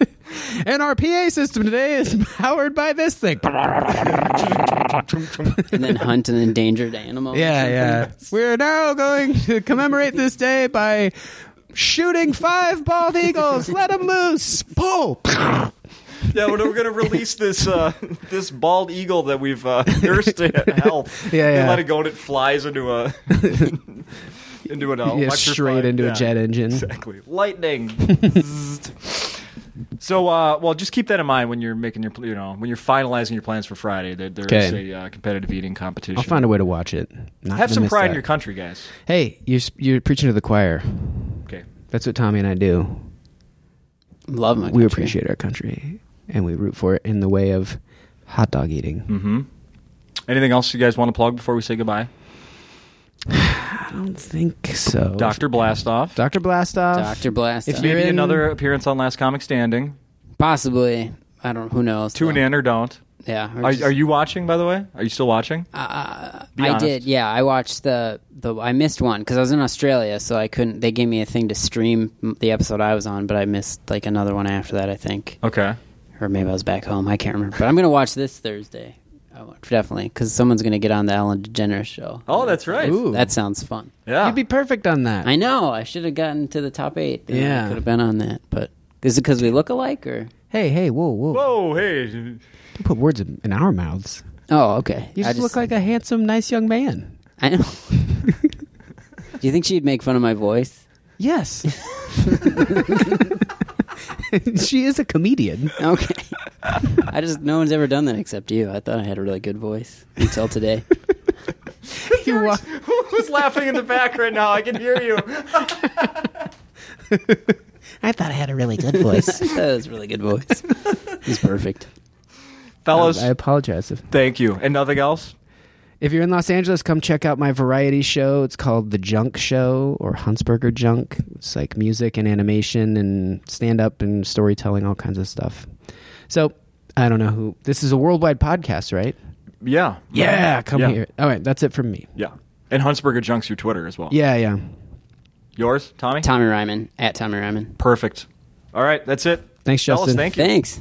C: and our PA system today is powered by this thing.
B: and then hunt an endangered animal. or
C: Yeah,
B: something.
C: yeah. We're now going to commemorate this day by shooting five bald eagles. Let them loose. Pull.
A: Oh, yeah, we're, we're going to release this uh, this bald eagle that we've uh, nursed to health.
C: Yeah,
A: They
C: yeah.
A: let it go and it flies into a into an
C: Yeah,
A: electrified-
C: straight into
A: yeah.
C: a jet engine.
A: Exactly. Lightning. so, uh, well, just keep that in mind when you're making your, pl- you know, when you're finalizing your plans for Friday. There, there is
C: Okay.
A: a uh, competitive eating competition.
C: I'll find a way to watch it. Not
A: Have
C: gonna
A: some
C: miss
A: pride in
C: that.
A: your country, guys.
C: Hey, you're s- you're preaching to the choir.
A: Okay.
C: That's what Tommy and I do.
B: Love my.
C: We
B: country.
C: appreciate our country and we root for it in the way of hot dog eating.
A: Anything else you guys want to plug before we say goodbye?
C: I don't think so.
A: Doctor Blastoff.
C: Doctor Blastoff.
B: Dr. Blast. Uh,
C: If
A: Maybe
C: you're in-
A: another appearance on Last Comic Standing.
B: Possibly. I don't. Who knows?
A: Tune
B: though.
A: in or don't.
B: Yeah. or
A: Are,
B: just-
A: are you watching? By the way, are you still watching?
C: Uh,
A: Be
B: I
A: honest.
B: did. Yeah, I watched the the. I missed one because I was in Australia, so I couldn't. They gave me a thing to stream m- the episode I was on, but I missed like another one after that. I think,
A: Okay.
B: or maybe I was back home. I can't remember. But I'm gonna watch this Thursday. I want, definitely because someone's gonna get on the Ellen DeGeneres show.
A: Oh, that's right.
C: Ooh.
B: That sounds fun.
A: Yeah.
C: You'd be perfect on that.
B: I know. I should have gotten to the top eight. and I
C: Yeah.
B: could have been on that. But is it because we look alike or?
C: hey, hey, whoa, whoa.
A: Whoa! Hey.
C: Don't put words in in our mouths.
B: Oh, okay.
C: You
B: I
C: just, look like a handsome, nice young man.
B: I know. Do you think she'd make fun of my voice?
C: Yes. she is a comedian.
B: Okay. I just no one's ever done that except you. I thought I had a really good voice until today.
C: You walk-
A: Who's laughing in the back right now? I can hear you.
D: I thought I had a really good voice.
B: that was a really good voice. He's perfect.
A: Fellas,
C: I apologize if
A: thank you. And nothing else?
C: If you're in Los Angeles, come check out my variety show. It's called The Junk Show or Huntsberger Junk. It's like music and animation and stand up and storytelling, all kinds of stuff. So I don't know who. This is a worldwide podcast, right?
A: Yeah.
C: Yeah, come
A: Yeah.
C: here. All right, that's it from me.
A: Yeah. And Huntsberger Junk's your Twitter as well.
C: Yeah, yeah.
A: Yours, Tommy?
B: Tommy Ryman at Tommy Ryman.
A: Perfect. All right, that's it.
C: Thanks,
A: Fellas,
C: Justin.
A: thank you.
B: Thanks.